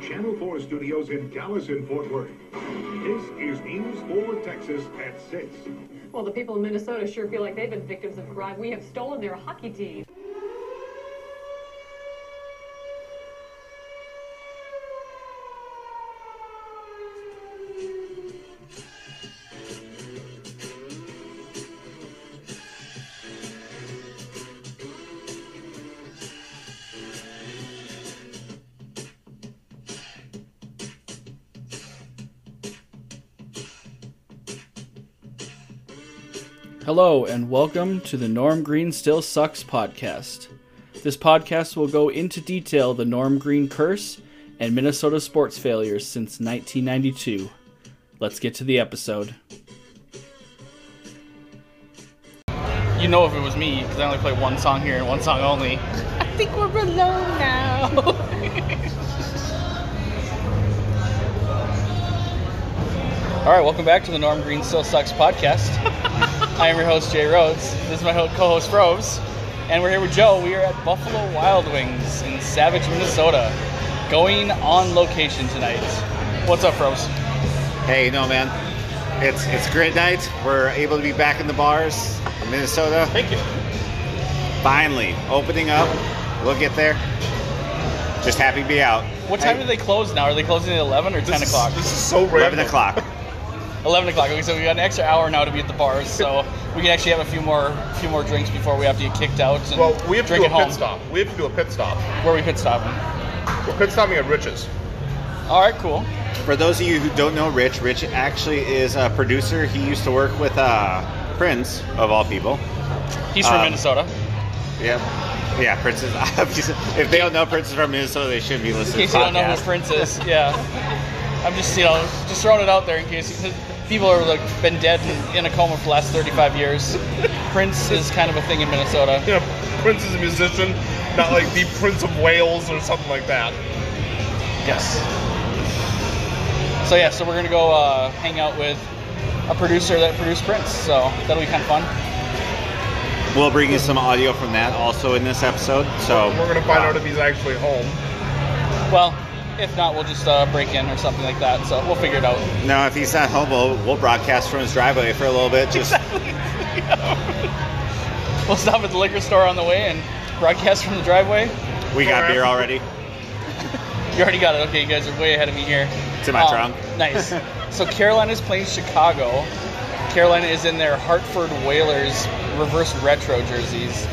Channel 4 studios in Dallas and Fort Worth. This is News 4 Texas at 6. Well, the people in Minnesota sure feel like they've been victims of crime. We have stolen their hockey team. Hello, and welcome to the Norm Green Still Sucks podcast. This podcast will go into detail the Norm Green curse and Minnesota sports failures since 1992. Let's get to the episode. You know, if it was me, because I only play one song here and one song only. I think we're alone now. All right, welcome back to the Norm Green Still Sucks podcast. I am your host Jay Rhodes. This is my ho- co-host Rose, and we're here with Joe. We are at Buffalo Wild Wings in Savage, Minnesota, going on location tonight. What's up, Rose? Hey, no man, it's it's a great night. We're able to be back in the bars, in Minnesota. Thank you. Finally, opening up. We'll get there. Just happy to be out. What time do they close now? Are they closing at 11 or 10 o'clock? This is so random. Eleven o'clock. 11 o'clock. Okay, so we got an extra hour now to be at the bars, so we can actually have a few more few more drinks before we have to get kicked out. And Well, we have to drink do at a home. pit stop. We have to do a pit stop. Where we pit stop. We're pit stopping at Rich's. All right, cool. For those of you who don't know Rich, Rich actually is a producer. He used to work with uh, Prince, of all people. He's from Um, Minnesota. Yep. Yeah, Prince is obviously. If they don't know Prince is from Minnesota, they shouldn't be In listening case to you the don't know who podcast. Prince is, yeah. I'm just you know just throwing it out there in case people are like been dead and in a coma for the last 35 years. Prince is kind of a thing in Minnesota. You know, Prince is a musician, not like the Prince of Wales or something like that. Yes. So yeah, so we're gonna go uh, hang out with a producer that produced Prince. So that'll be kind of fun. We'll bring you some audio from that also in this episode. So We're gonna find out if he's actually home. Well, if not, we'll just uh, break in or something like that. So we'll figure it out. No, if he's not home, we'll, we'll broadcast from his driveway for a little bit. Just We'll stop at the liquor store on the way and broadcast from the driveway. we got beer already. You already got it. Okay, you guys are way ahead of me here. Um, It's in my trunk. Nice. so Carolina's playing Chicago. Carolina is in their Hartford Whalers reverse retro jerseys.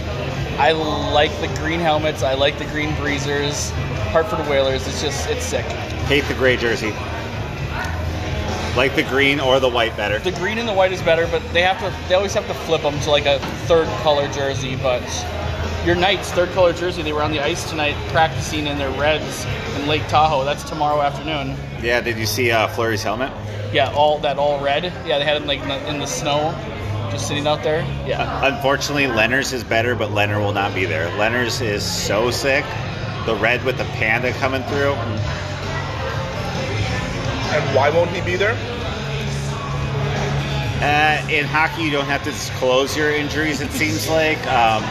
I like the green helmets. I like the green breezers. Hartford Whalers. It's just it's sick. Hate the gray jersey. Like the green or the white better. The green and the white is better, but they have to they always have to flip them to like a third color jersey. But your Knights third color jersey. They were on the ice tonight practicing in their reds in Lake Tahoe. That's tomorrow afternoon. Yeah, did you see uh, Flurry's helmet? Yeah, all that all red. Yeah, they had him like in the, in the snow, just sitting out there. Yeah, Unfortunately, Leonard's is better, but Leonard will not be there. Leonard's is so sick. The red with the panda coming through. And why won't he be there? Uh, in hockey, you don't have to disclose your injuries, it seems like. Um,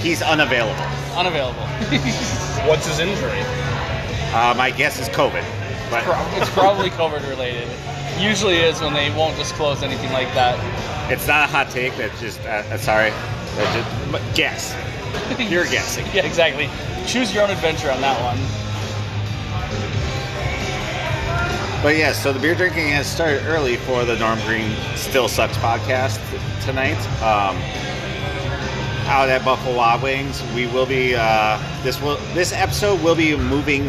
he's unavailable. unavailable. What's his injury? Uh, my guess is COVID. But Pro- it's probably COVID related. Usually is when they won't disclose anything like that. It's not a hot take. That's just uh, uh, sorry. That's just but guess. You're guessing. Yeah, exactly. Choose your own adventure on that one. But yeah, so the beer drinking has started early for the Norm Green Still Sucks podcast tonight. Um, out at Buffalo Wild Wings, we will be. Uh, this will this episode will be moving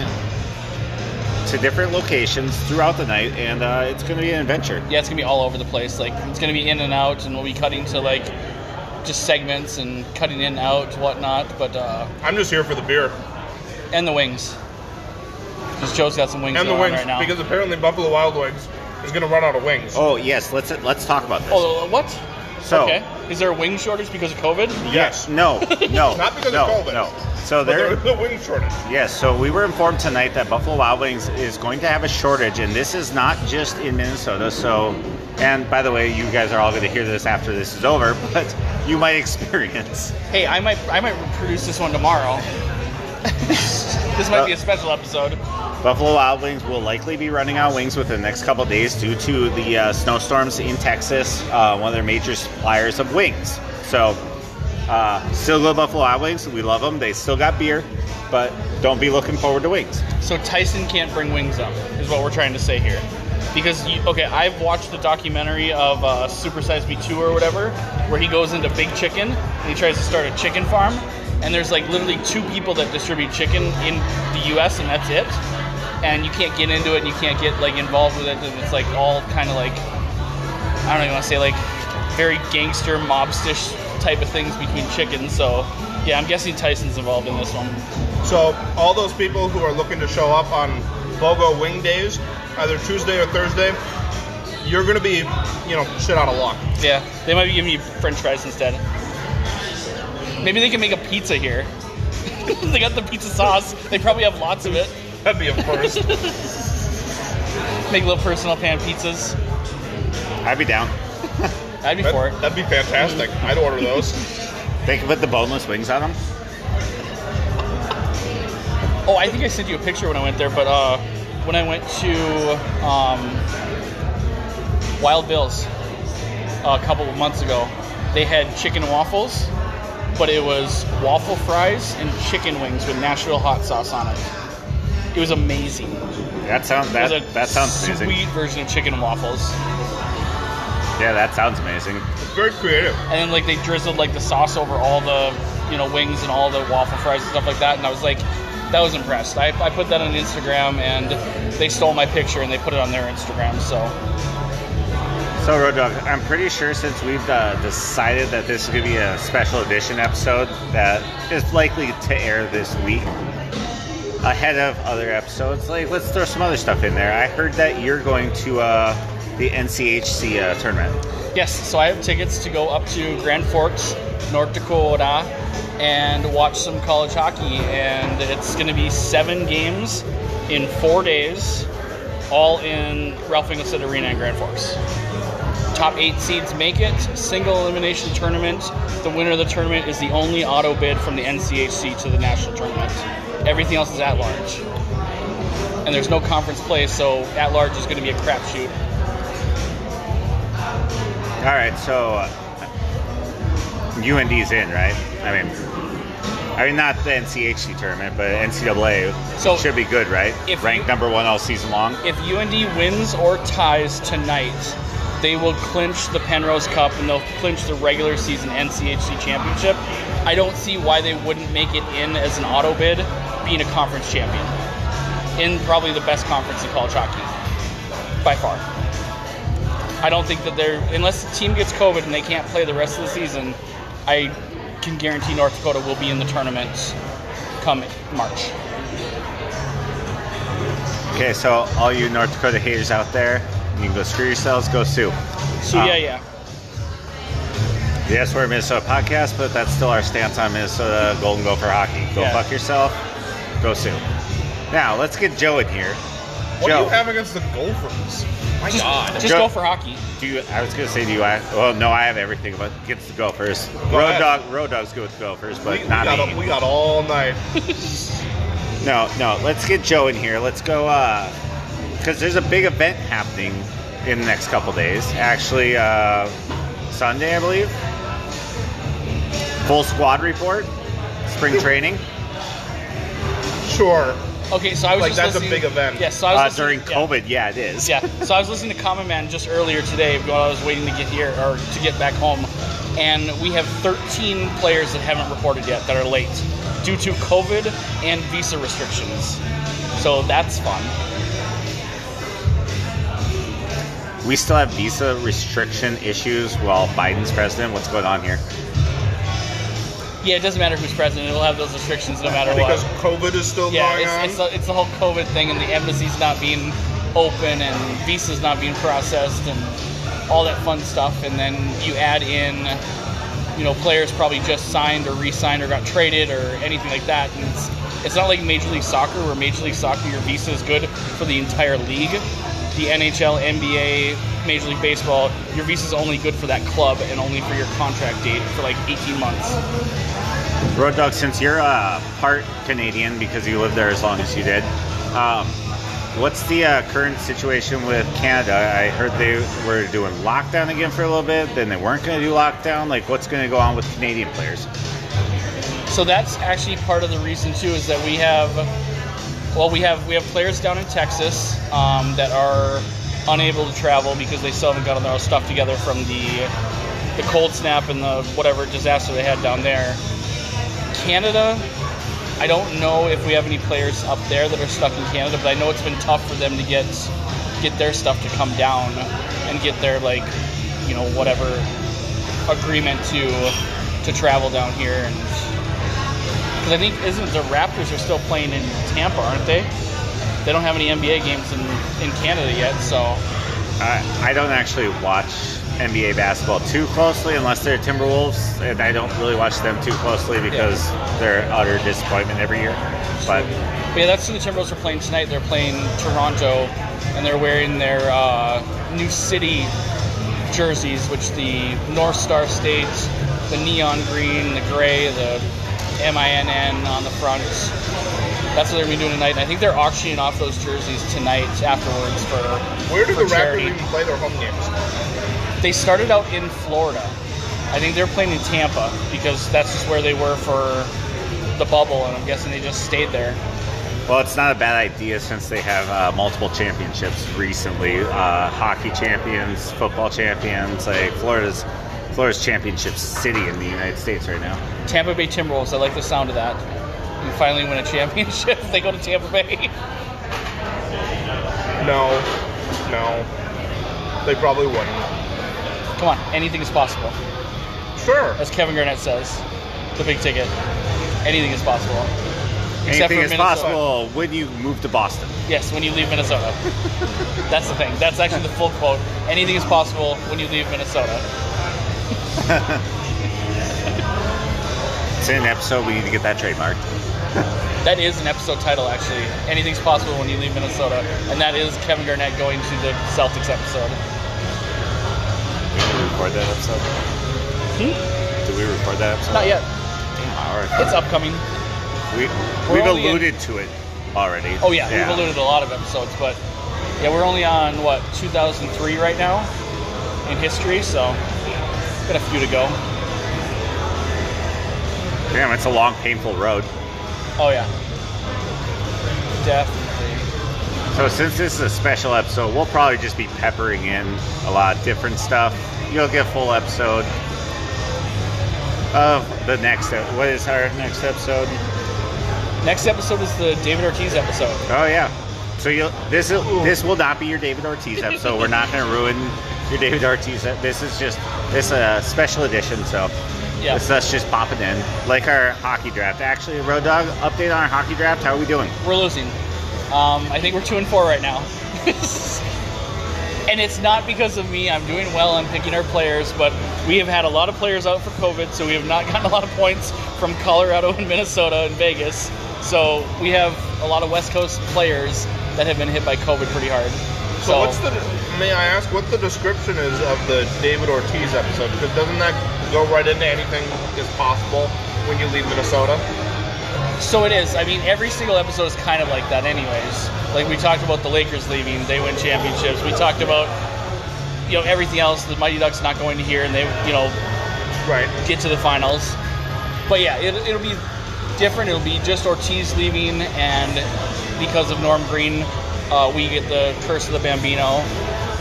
to different locations throughout the night, and uh, it's going to be an adventure. Yeah, it's gonna be all over the place. Like it's gonna be in and out, and we'll be cutting to like just segments and cutting in and out whatnot. But uh, I'm just here for the beer and the wings. Because Joe's got some wings and the going wings right now. because apparently Buffalo Wild Wings is gonna run out of wings. Oh yes, let's let's talk about this. oh, what? so okay. Is there a wing shortage because of COVID? yes. no, no, Not because of no, COVID. No. So But there there, is a wing shortage. Yes, so we were informed tonight that Buffalo Wild Wings is going to have a shortage, and this is not just in Minnesota. So, and by the way, you guys are all going to hear this after this is over, but you might experience. Hey, I might I might produce this one tomorrow. This might be Uh, a special episode. Buffalo Wild Wings will likely be running out wings within the next couple days due to the uh, snowstorms in Texas, uh, one of their major suppliers of wings. So, uh, still go Buffalo Wild Wings. We love them. They still got beer, but don't be looking forward to wings. So Tyson can't bring wings up, is what we're trying to say here. Because you, okay, I've watched the documentary of uh, Super Size Me Two or whatever, where he goes into Big Chicken and he tries to start a chicken farm, and there's like literally two people that distribute chicken in the U.S. and that's it. And you can't get into it, and you can't get like involved with it, and it's like all kind of like I don't even want to say like very gangster mobstish type of things between chickens. So yeah, I'm guessing Tyson's involved in this one. So all those people who are looking to show up on BOGO wing days, either Tuesday or Thursday, you're gonna be, you know, shit out of luck. Yeah, they might be giving you French fries instead. Maybe they can make a pizza here. they got the pizza sauce. They probably have lots of it. That'd be a first. Make little personal pan pizzas. I'd be down. I'd be for it. That'd be fantastic. I'd order those. They can put the boneless wings on them. Oh, I think I sent you a picture when I went there, but uh, when I went to um, Wild Bill's uh, a couple of months ago, they had chicken waffles, but it was waffle fries and chicken wings with Nashville hot sauce on it. It was amazing. That sounds that, There's a that sounds sweet amazing. version of chicken and waffles. Yeah, that sounds amazing. It's very creative. And then like they drizzled like the sauce over all the you know wings and all the waffle fries and stuff like that. And I was like, that was impressed. I, I put that on Instagram and they stole my picture and they put it on their Instagram. So So, Road Dog, I'm pretty sure since we've uh, decided that this is going to be a special edition episode that is likely to air this week ahead of other episodes, like let's throw some other stuff in there. I heard that you're going to uh, the NCHC uh, tournament. yes, so I have tickets to go up to Grand Forks, North Dakota, and watch some college hockey. And it's going to be seven games in four days, all in Ralph Engelstad Arena in Grand Forks. top eight seeds make it. Single elimination tournament. The winner of the tournament is the only auto bid from the NCHC to the national tournament. Everything else is at large. And there's no conference play, so at large is going to be a crapshoot. All right, so uh, UND's in, right? I mean, I mean not the NCHC tournament, but NCAA So- should be good, right? If Ranked you- number one all season long. If UND wins or ties tonight, they will clinch the Penrose Cup and they'll clinch the regular season NCHC championship. I don't see why they wouldn't make it in as an auto bid, being a conference champion. In probably the best conference in college hockey. By far. I don't think that they're unless the team gets COVID and they can't play the rest of the season, I can guarantee North Dakota will be in the tournament come March. Okay, so all you North Dakota haters out there, you can go screw yourselves, go sue. So Ah. yeah, yeah. Yes, we're a Minnesota podcast, but that's still our stance on Minnesota Golden Gopher hockey. Go Yeah. fuck yourself, go sue. Now, let's get Joe in here. What do Joe, you have against the Gophers? My Just, God. just Go- go for hockey. do you, I was going to say, do you I? Well, no, I have everything but against the Gophers. Go Road ahead. Dog, Road Dog's good with Gophers, but we, we not got, me. we got all night. No, no. Let's get Joe in here. Let's go. Because there's a big event happening in the next couple days. Actually, uh, Sunday, I believe. Full squad report. Spring training Sure. Okay, so I was Like, just that's a listening- big event. Yes, so I uh, was during listening- yeah. COVID. Yeah, it is. Yeah, so I was listening to Common Man just earlier today while I was waiting to get here or to get back home, and we have 13 players that haven't reported yet that are late due to COVID and visa restrictions. So that's fun. We still have visa restriction issues while Biden's president. What's going on here? Yeah, it doesn't matter who's president; we'll have those restrictions no matter Because what. COVID is still Yeah, going on. it's, it's, the, it's the whole COVID thing, and the embassies not being open, and visas not being processed, and all that fun stuff. And then you add in, you know, players probably just signed or re-signed or got traded or anything like that. And it's, it's not like Major League Soccer, where Major League Soccer your visa is good for the entire league. The NHL, NBA, Major League Baseball, your visa is only good for that club and only for your contract date for like 18 months. Road Dog, since you're uh, part Canadian because you lived there as long as you did, um, what's the uh, current situation with Canada? I heard they were doing lockdown again for a little bit, then they weren't going to do lockdown. Like, what's going to go on with Canadian players? So that's actually part of the reason too is that we have, well, we have we have players down in Texas um, that are unable to travel because they still haven't gotten their stuff together from the the cold snap and the whatever disaster they had down there. Canada, I don't know if we have any players up there that are stuck in Canada, but I know it's been tough for them to get get their stuff to come down and get their like, you know, whatever agreement to to travel down here and because I think isn't the Raptors are still playing in Tampa, aren't they? They don't have any NBA games in, in Canada yet, so I, I don't actually watch NBA basketball too closely unless they're Timberwolves, and I don't really watch them too closely because they're utter disappointment every year. But But yeah, that's who the Timberwolves are playing tonight. They're playing Toronto, and they're wearing their uh, new city jerseys, which the North Star states, the neon green, the gray, the MINN on the front. That's what they're gonna be doing tonight. And I think they're auctioning off those jerseys tonight afterwards for Where do for the Raptors charity. even play their home games? They started out in Florida. I think they're playing in Tampa because that's just where they were for the bubble, and I'm guessing they just stayed there. Well, it's not a bad idea since they have uh, multiple championships recently: uh, hockey champions, football champions. Like Florida's Florida's championship city in the United States right now. Tampa Bay Timberwolves. I like the sound of that. You finally win a championship. they go to Tampa Bay. No, no, they probably wouldn't. Come on, anything is possible. Sure. As Kevin Garnett says, the big ticket. Anything is possible. Except Anything for is Minnesota. possible when you move to Boston. Yes, when you leave Minnesota. That's the thing. That's actually the full quote. Anything is possible when you leave Minnesota. It's in an episode. We need to get that trademarked. That is an episode title, actually. Anything's possible when you leave Minnesota. And that is Kevin Garnett going to the Celtics episode. Did we record that episode? Did we record that episode? Hmm? Not yet. All right. It's upcoming. We, We're we've only in- alluded to it already. Oh yeah, we've alluded to a lot of episodes, but yeah, we're only on what 2003 right now in history, so got a few to go. Damn, it's a long, painful road. Oh yeah, definitely. So since this is a special episode, we'll probably just be peppering in a lot of different stuff. You'll get a full episode of the next. ep- What is our next episode? Next episode is the David Ortiz episode. Oh yeah. So you'll this will this will not be your David Ortiz episode. We're not going to ruin your David Ortiz. ep- This is just this a special edition. So Yeah, it's us just popping in like our hockey draft. Actually, Road Dog, update on our hockey draft. How are we doing? we're losing. Um, I think we're two and four right now, and it's not because of me. I'm doing well. I'm picking our players, but we have had a lot of players out for COVID, so we have not gotten a lot of points from Colorado and Minnesota and Vegas. So we have a lot of West Coast players that have been hit by COVID pretty hard. So, So, what's the? May I ask what the description is of the David Ortiz episode? Because doesn't that go right into anything is possible when you leave Minnesota? so it is. I mean, every single episode is kind of like that, anyways. Like we talked about the Lakers leaving, they win championships. We talked about you know everything else. The Mighty Ducks not going to here, and they you know Right. get to the finals. But yeah, it, it'll be different. It'll be just Ortiz leaving, and because of Norm Green, uh, we get the curse of the Bambino.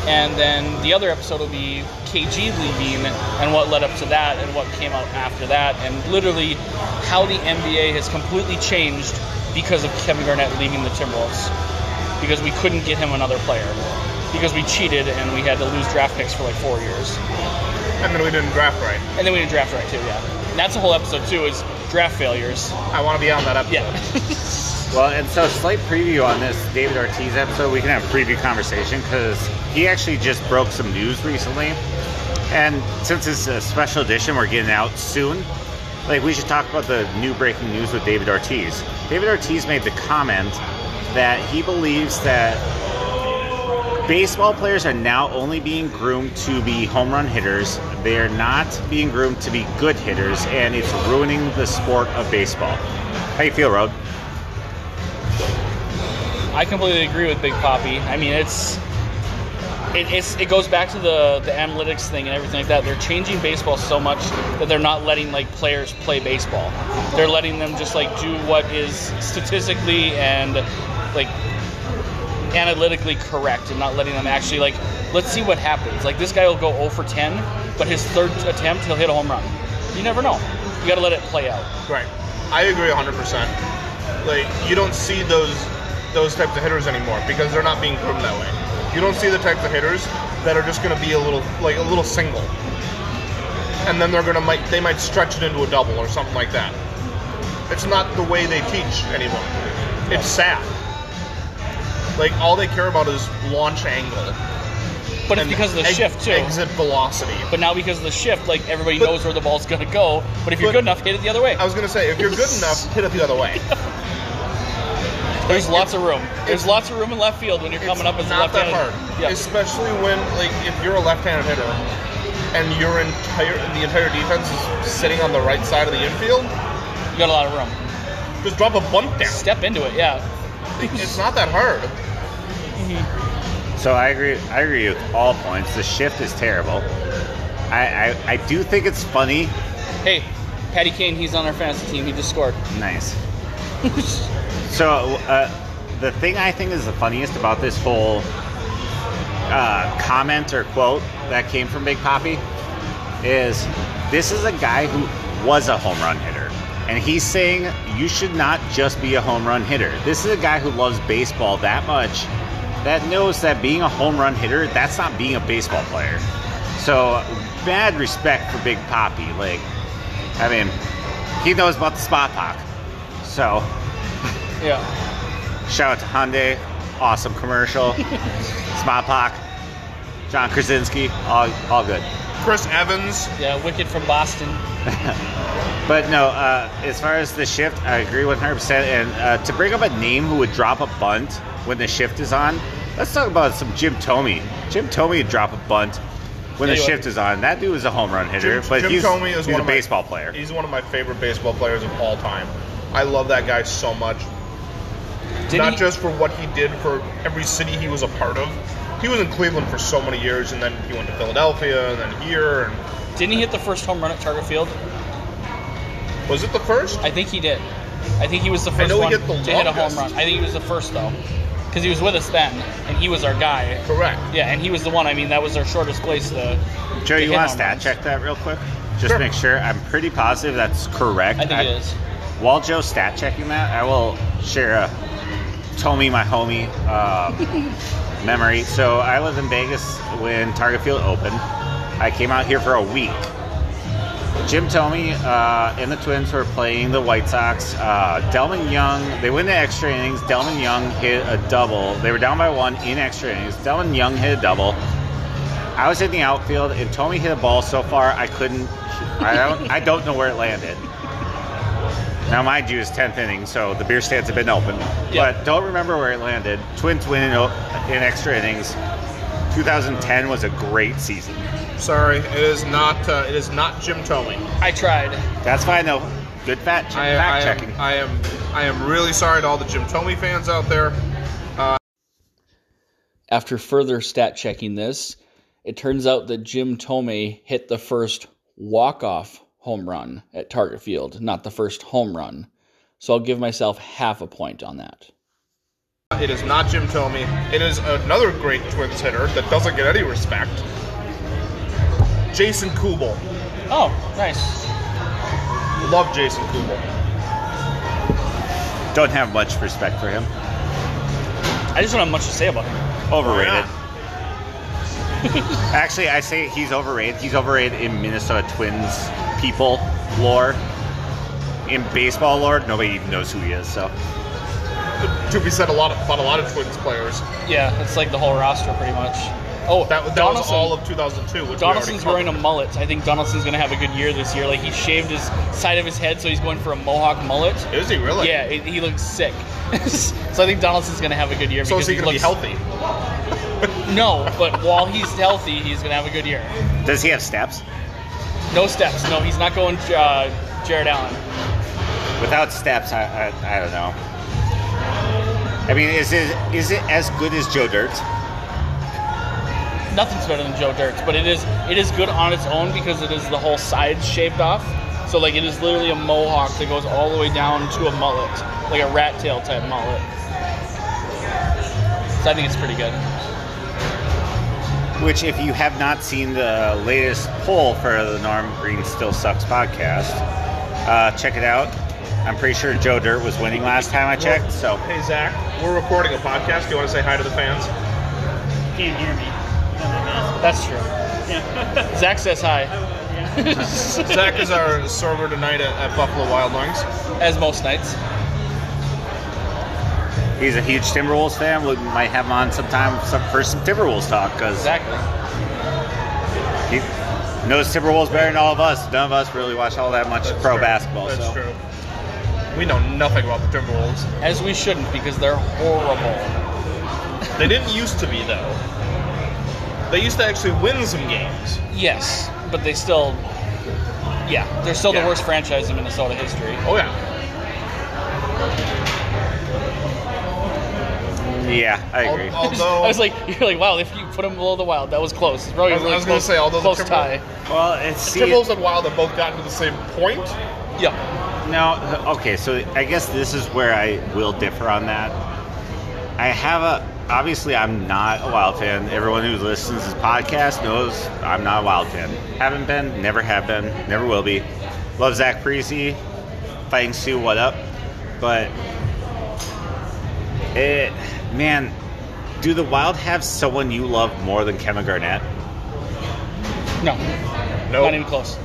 And then the other episode will be KG leaving and what led up to that and what came out after that, and literally how the NBA has completely changed because of Kevin Garnett leaving the Timberwolves. Because we couldn't get him another player. Because we cheated and we had to lose draft picks for like four years. And then we didn't draft right. And then we did draft right too, yeah. And that's a whole episode too, is draft failures. I want to be on that episode. Yeah. Well, and so slight preview on this David Ortiz episode. We can have a preview conversation because he actually just broke some news recently. And since it's a special edition, we're getting out soon. Like we should talk about the new breaking news with David Ortiz. David Ortiz made the comment that he believes that baseball players are now only being groomed to be home run hitters. They are not being groomed to be good hitters, and it's ruining the sport of baseball. How you feel, Road? I completely agree with Big Poppy. I mean, it's it, it's it goes back to the the analytics thing and everything like that. They're changing baseball so much that they're not letting like players play baseball. They're letting them just like do what is statistically and like analytically correct and not letting them actually like let's see what happens. Like this guy will go 0 for 10, but his third attempt he'll hit a home run. You never know. You got to let it play out. Right. I agree 100%. Like you don't see those those types of hitters anymore because they're not being groomed that way. You don't see the types of hitters that are just going to be a little like a little single, and then they're going to might they might stretch it into a double or something like that. It's not the way they teach anymore. It's sad. Like all they care about is launch angle But it's and because of the ex- shift too. exit velocity. But now because of the shift, like everybody But- knows where the ball's gonna go. But if you're But- good enough, hit it the other way. I was going to say if you're good enough, hit it the other way. There's Like, lots of room. There's it's- lots of room in left field when you're coming up as a not that left-handed. hard, Yeah. especially when like if you're a left-handed hitter and your entire the entire defense is sitting on the right side of the infield, You got a lot of room. just drop a bunt down. Step into it, yeah. It's not that hard. So I agree. I agree with all points. The shift is terrible. I I, I do think it's funny. Hey, Patty Kane, he's on our fantasy team. He just scored. Nice. So uh, the thing I think is the funniest about this whole uh, comment or quote that came from Big Poppy is this is a guy who was a home run hitter. And he's saying you should not just be a home run hitter. This is a guy who loves baseball that much that knows that being a home run hitter, that's not being a baseball player. So bad respect for Big Poppy. Like, I mean, he knows about the spot talk. So yeah. Shout out to Hyundai. Awesome commercial. Smodpock. John Krasinski. All, all good. Chris Evans, Yeah, Wicked from Boston. But no, uh, as far as the shift, I agree 100%. And uh, to bring up a name who would drop a bunt when the shift is on, let's talk about some Jim Tomey. Jim Tomey would drop a bunt when Yeah, the he would. shift is on. That dude was a home run hitter, Jim, but Jim he's, Tomey he's is one a of my- baseball player. He's one of my favorite baseball players of all time. I love that guy so much. Did not he- just for what he did for every city he was a part of. He was in Cleveland for so many years, and then he went to Philadelphia, and then here. And Didn't he hit the first home run at Target Field? was it the first? I think he did. I think he was the I first know he one hit the to hit a home longest. run. I think he was the first though, because he was with us then, and he was our guy. Correct. Yeah, and he was the one. I mean, that was our shortest place to. Joe, to you hit want to home stat runs. check that real quick? Just Sure. make sure. I'm pretty positive that's correct. I think it is. While Joe's stat checking that, I will share a Tommy, my homie, um, memory. So I was in Vegas when Target Field opened. I came out here for a week. Jim Tomey uh, and the Twins were playing the White Sox. Uh, Delman Young, they went to extra innings. Delman Young hit a double. They were down by one in extra innings. Delman Young hit a double. I was in the outfield, and Tomey hit a ball so far I couldn't. I don't. I don't know where it landed. Now, mind you, it's 10th inning, so the beer stands have been open. Yeah. But don't remember where it landed. Twins win in, o- in extra innings. 2010 was a great season. Sorry, it is not. Uh, it is not Jim Tomey. I tried. That's fine, though. Good fact, I, fact I checking. am, I am. I am really sorry to all the Jim Tomey fans out there. After further stat checking this, it turns out that Jim Tomey hit the first walk-off home run at Target Field, not the first home run. So I'll give myself half a point on that. It is not Jim Tomey. It is another great Twins hitter that doesn't get any respect. Jason Kubel. Oh, nice. Love Jason Kubel. Don't have much respect for him. I just don't have much to say about him. Overrated. Yeah. Actually, I say he's overrated. He's overrated in Minnesota Twins people lore. In baseball lore, nobody even knows who he is. So To be said, a lot of, about a lot of Twins players. Yeah, it's like the whole roster pretty much. Oh, That, that Donaldson. was all of 2002. Which we already Donaldson's covered. wearing a mullet. I think Donaldson's gonna have a good year this year. Like he shaved his side of his head, so he's going for a mohawk mullet. Is he really? Yeah, it, he looks sick. so I think Donaldson's gonna have a good year. So because is he going to be looks- healthy? No, but while he's healthy, he's going to have a good year. Does he have steps? No steps. No, he's not going uh, Jared Allen. Without steps, I, I, I don't know. I mean, is it is it as good as Joe Dirt? Nothing's better than Joe Dirt's, but it is it is good on its own because it is the whole side shaved off. So like it is literally a mohawk that goes all the way down to a mullet, like a rat tail type mullet. So I think it's pretty good. Which, if you have not seen the latest poll for the Norm Green Still Sucks podcast, uh, check it out. I'm pretty sure Joe Dirt was winning last time I checked, so Hey Zach, we're recording a podcast. Do you want to say hi to the fans? Can't hear me. That's true. Yeah. Zach says hi, Zach is our server tonight at, at Buffalo Wild Wings. as most nights. he's a huge Timberwolves fan. We might have him on sometime some, for some Timberwolves talk because Exactly. he knows Timberwolves better than all of us. None of us really watch all that much That's pro true. basketball, That's so true. We know nothing about the Timberwolves. As we shouldn't because they're horrible. They didn't used to be though. They used to actually win some games. Yes, but they still, yeah, they're still Yeah. the worst franchise in Minnesota history. Oh yeah. yeah, I Al- agree. Although I was like, you're like, wow, if you put him below the wild, that was close. It's probably I was- I really was gonna close, say, although the close Timberwolves- tie. well, it's see, Timberwolves and Wild have both gotten to the same point. Yeah. now okay. So I guess this is where I will differ on that. I have a obviously I'm not a Wild fan. Everyone who listens to this podcast knows I'm not a Wild fan. Haven't been, never have been, never will be. Love Zach Parisi, fighting Sue. What up? But it, man, do the Wild have someone you love more than Kevin Garnett? No, No. not even close.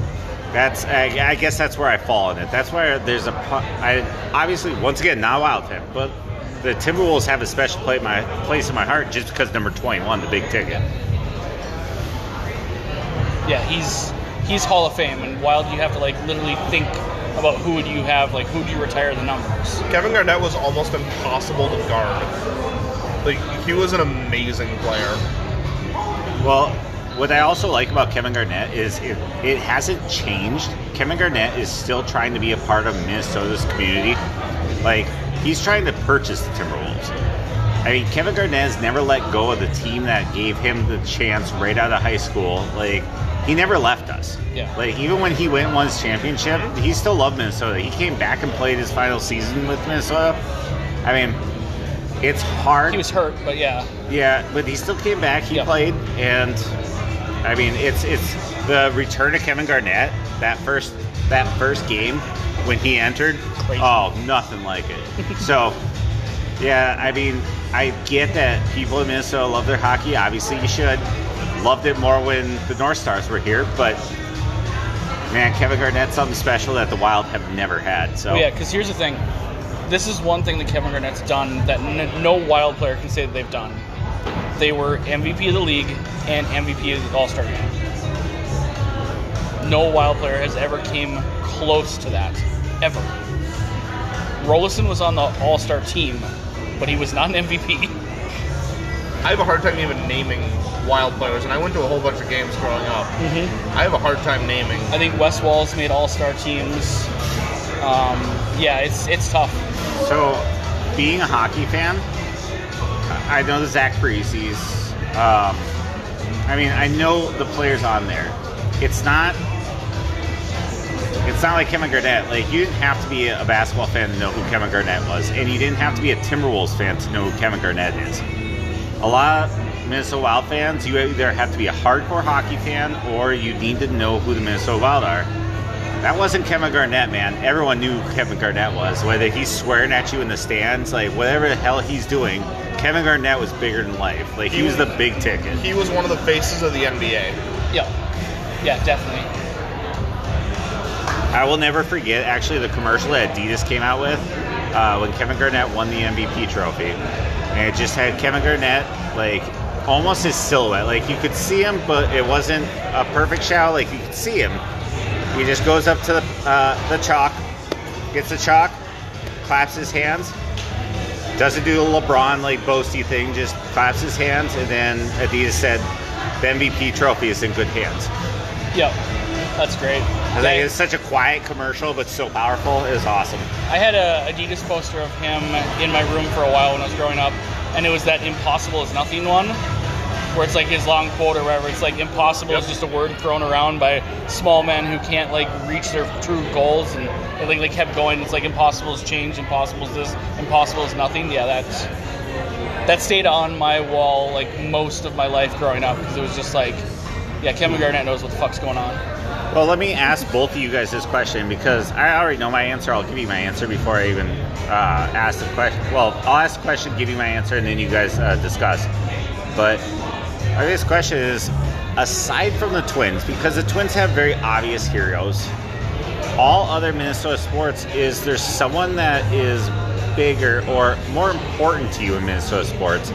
That's I, I guess that's where I fall in it. That's where there's a pu- I obviously once again not a wild fan, but the Timberwolves have a special play in my place in my heart just because number 21, the big ticket. Yeah, he's he's Hall of Fame, and Wild, you have to like literally think about who do you have, like who do you retire the numbers. Kevin Garnett was almost impossible to guard. Like he was an amazing player. Well, what I also like about Kevin Garnett is it, it hasn't changed. Kevin Garnett is still trying to be a part of Minnesota's community. Like, he's trying to purchase the Timberwolves. I mean, Kevin Garnett has never let go of the team that gave him the chance right out of high school. Like, he never left us. Yeah. Like, even when he went and won his championship, he still loved Minnesota. He came back and played his final season with Minnesota. I mean, it's hard. He was hurt, but yeah, Yeah, but he still came back. He Yeah. played, and I mean, it's it's the return of Kevin Garnett. That first that first game when he entered, oh, nothing like it. so, yeah, I mean, I get that people in Minnesota love their hockey. Obviously, you should. Loved it more when the North Stars were here, but man, Kevin Garnett's something special that the Wild have never had. So, Well, Oh, yeah. Because here's the thing, this is one thing that Kevin Garnett's done that n- no Wild player can say that they've done. They were MVP of the league and MVP of the All Star game. No Wild player has ever came close to that, ever. Rollison was on the All Star team, but he was not an MVP. I have a hard time even naming Wild players, and I went to a whole bunch of games growing up. Mm-hmm. I have a hard time naming. I think West Wall's made All Star teams. Um, yeah, it's it's tough. So, being a hockey fan, I know the Zach Parisi's. Um, I mean, I know the players on there. It's not. It's not like Kevin Garnett. Like you didn't have to be a basketball fan to know who Kevin Garnett was, and you didn't have to be a Timberwolves fan to know who Kevin Garnett is. A lot of Minnesota Wild fans, you either have to be a hardcore hockey fan or you need to know who the Minnesota Wild are. That wasn't Kevin Garnett, man. Everyone knew who Kevin Garnett was. Whether he's swearing at you in the stands, like whatever the hell he's doing, Kevin Garnett was bigger than life. Like he was the big ticket. He was one of the faces of the NBA. Yeah, yeah, definitely. I will never forget actually the commercial that Adidas came out with uh, when Kevin Garnett won the MVP trophy, and it just had Kevin Garnett like almost his silhouette, like you could see him, but it wasn't a perfect shot. Like you could see him. He just goes up to the uh, the chalk, gets the chalk, claps his hands, doesn't do the LeBron like boasty thing, just claps his hands, and then Adidas said the MVP trophy is in good hands. Yep. That's great. They- I think it's such a quiet commercial, but so powerful. It was awesome. I had a Adidas poster of him in my room for a while when I was growing up, and it was that "impossible is nothing" one, where it's like his long quote or whatever. It's like "impossible" is just a word thrown around by small men who can't like reach their true goals, and it like, like kept going. It's like "impossible is change," "impossible is this," "impossible is nothing." Yeah, that's that stayed on my wall like most of my life growing up because it was just like, yeah, Kevin Garnett knows what the fuck's going on. Well, let me ask both of you guys this question because I already know my answer. I'll give you my answer before I even uh, ask the question. Well, I'll ask the question, give you my answer, and then you guys uh, discuss. But our biggest question is aside from the Twins, because the Twins have very obvious heroes, all other Minnesota sports, is there someone that is bigger or more important to you in Minnesota sports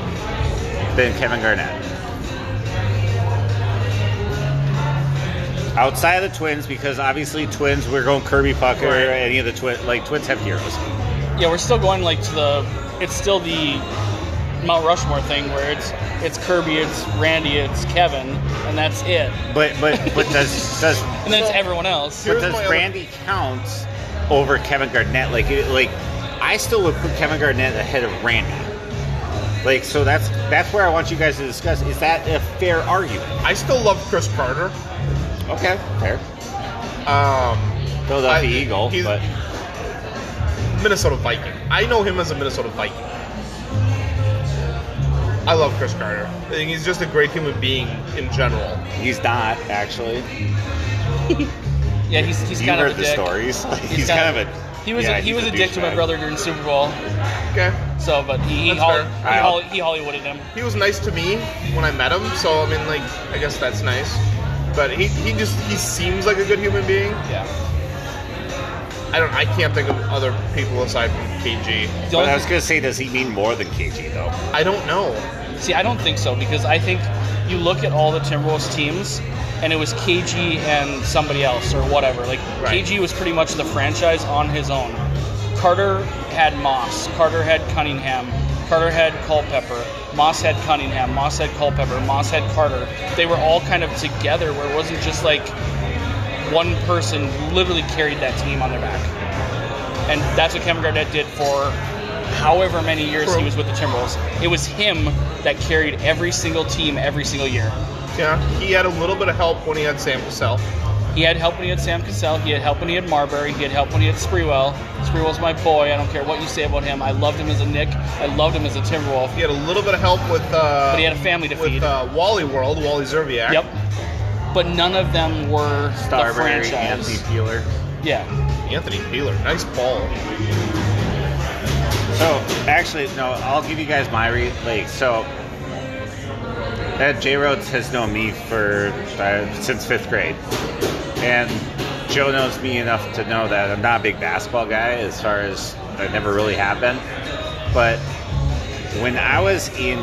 than Kevin Garnett? Outside of the Twins, because obviously Twins, we're going Kirby Pucker or Right. any of the Twins. Like Twins have heroes. yeah, we're still going like to the. It's still the Mount Rushmore thing where it's it's Kirby, it's Randy, it's Kevin, and that's it. But but but does does And then it's everyone else. but Here's does my other- Randy count over Kevin Garnett? Like it, like I still would put Kevin Garnett ahead of Randy. Like so that's that's where I want you guys to discuss. Is that a fair argument? I still love Chris Carter. Okay, fair. Um, Philadelphia I- Eagle, he's- but Minnesota Viking. I know him as a Minnesota Viking. I love Chris Carter. I think he's just a great human being in general. he's not actually. Yeah, he's, he's you kind heard of a the dick. stories. Like, he's, kind of, a He was yeah, a, he he's was a dick to my douchebag. brother during Super Bowl. Okay. So, but he he, That's hol- fair. he, Wow. hol- he Hollywooded him. He was nice to me when I met him, so I mean, like, I guess that's nice. But he, he just he seems like a good human being. Yeah. I don't I can't think of other people aside from KG. The But only I was gonna say, does he mean more than KG though? I don't know. See, I don't think so because I think you look at all the Timberwolves teams, and it was KG and somebody else or whatever. Like Right. KG was pretty much the franchise on his own. Carter had Moss. Carter had Cunningham. Carter had Culpepper. Moss had Cunningham. Moss had Culpepper. Moss had Carter. They were all kind of together, where it wasn't just like one person literally carried that team on their back. And that's what Kevin Garnett did for however many years he was with the Timberwolves. It was him that carried every single team every single year. Yeah, he had a little bit of help when he had Sam Cassell. He had help when he had Sam Cassell. He had help when he had Marbury. He had help when he had Spreewell. Spreewell's my boy. I don't care what you say about him. I loved him as a Nick. I loved him as a Timberwolf. He had a little bit of help with. Uh, But he had a family to with, feed. uh, Wally World, Wally Zerviak. Yep. But none of them were the Starberry, franchise. Anthony Peeler. Yeah. Anthony Peeler, nice ball. So actually, no. I'll give you guys my re- like. So that J Rhodes has known me for uh, since fifth grade, and Joe knows me enough to know that I'm not a big basketball guy. As far as I never really have been, but when I was in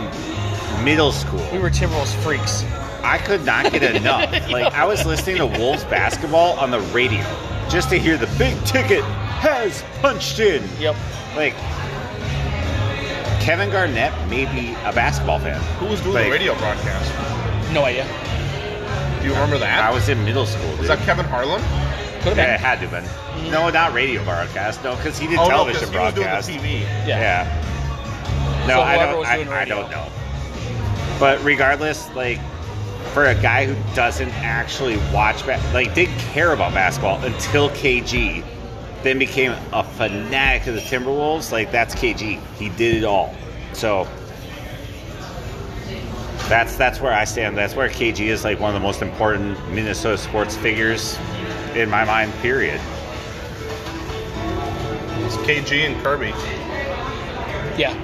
middle school, We were Timberwolves freaks. I could not get enough. like I was listening to Wolves basketball on the radio just to hear the big ticket has punched in. Yep. Like Kevin Garnett may be a basketball fan. Who was doing Like, the radio broadcast? No idea. Do you remember that? I was in middle school. was dude. that Kevin Harlan? Could have yeah, it been. had to have been. No, not radio broadcast. No, because he did oh no, because television he was doing the broadcast. TV. Yeah. yeah. No, So I whoever don't. was doing I, I radio. don't know. But regardless, like for a guy who doesn't actually watch, ba- like didn't care about basketball until KG, then became a fanatic of the Timberwolves. Like that's KG. He did it all. So that's that's where I stand. That's where KG is like one of the most important Minnesota sports figures in my mind. Period. It's KG and Kirby. Yeah.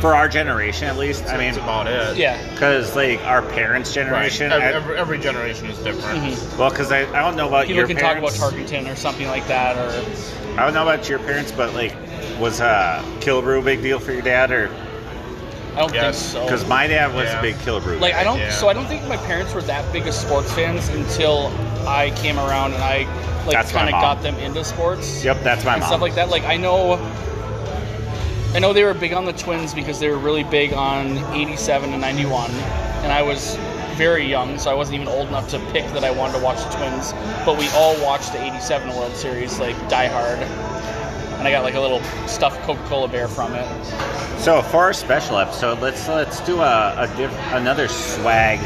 For our generation, at least. I mean, that's about it. Yeah. Because like our parents' Right. generation, Every, I- every, every generation is different. Mhm. well, because I, I don't know about People your can parents. talk about Tarkenton or something like that, or I don't know about your parents, but like, was uh, Kilbrew a big deal for your dad, or I don't Yes. think so. Because my dad was Oh, Yeah. a big Killer Brew. Like I don't. Yeah. So I don't think my parents were that big of sports fans until I came around and I like That's my kind of mom. got them into sports. Yep, that's my and mom. stuff like that. Like I know, I know they were big on the Twins because they were really big on '87 and '91, and I was very young, so I wasn't even old enough to pick that I wanted to watch the Twins. But we all watched the '87 World Series, like Die Hard, and I got like a little stuffed Coca-Cola bear from it. So for our special episode, let's let's do a, a diff, another swag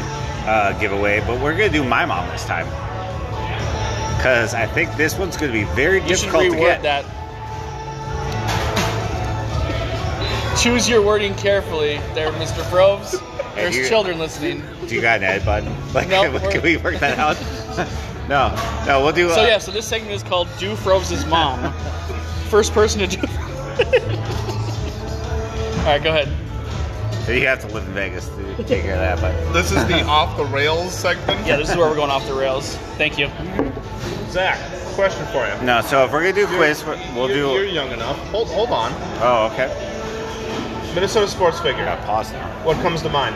uh, giveaway, but we're gonna do my mom this time because I think this one's gonna be very You should difficult to reword get. that. Choose your wording carefully, there, Mr. Probes. Hey, There's you- children listening. Do you got an ad button? Like, No, can we're- we work that out? no, no, we'll do. So uh, yeah, so this segment is called "Do Frove's Mom." First person to do. All right, go ahead. You have to live in Vegas to take care of that, but This is the off the rails segment. Yeah, this is where we're going off the rails. Thank you. Zach, question for you. no. So if we're gonna do quiz, we're- we'll you're, You're do. young enough. Hold, hold on. Oh, okay. Minnesota sports figure. Got pause now. What comes to mind?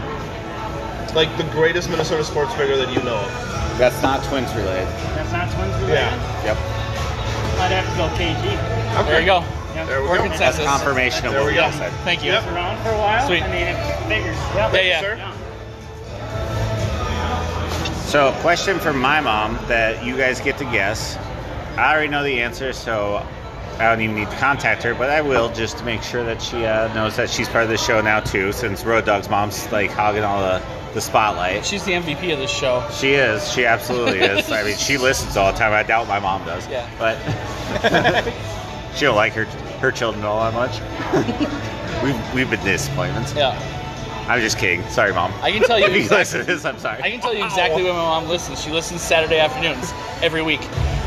Like the greatest Minnesota sports figure that you know of. That's not twins related. That's not twins related. Yeah. Yep. I'd have to go KG. Okay. There you go. Yeah. There we We're go. consen- Yes, That's it's- confirmation of There what we we go. said. Thank you. Yep. It's around for a while. Sweet. I mean, it figures. Yeah, yeah. Sir? So, a question from my mom that you guys get to guess. I already know the answer, so I don't even need to contact her, but I will just to make sure that she uh, knows that she's part of the show now too, since Road Dog's mom's like hogging all the, the spotlight. She's the MVP of this show. She is. She absolutely is. I mean, she listens all the time. I doubt my mom does. Yeah. But she don't like her her children all that much. we've we've been disappointments. Yeah, I'm just kidding. Sorry, mom. I can tell you if you exactly- listen to this, I'm sorry. I can tell you exactly when my mom listens. She listens Saturday afternoons every week.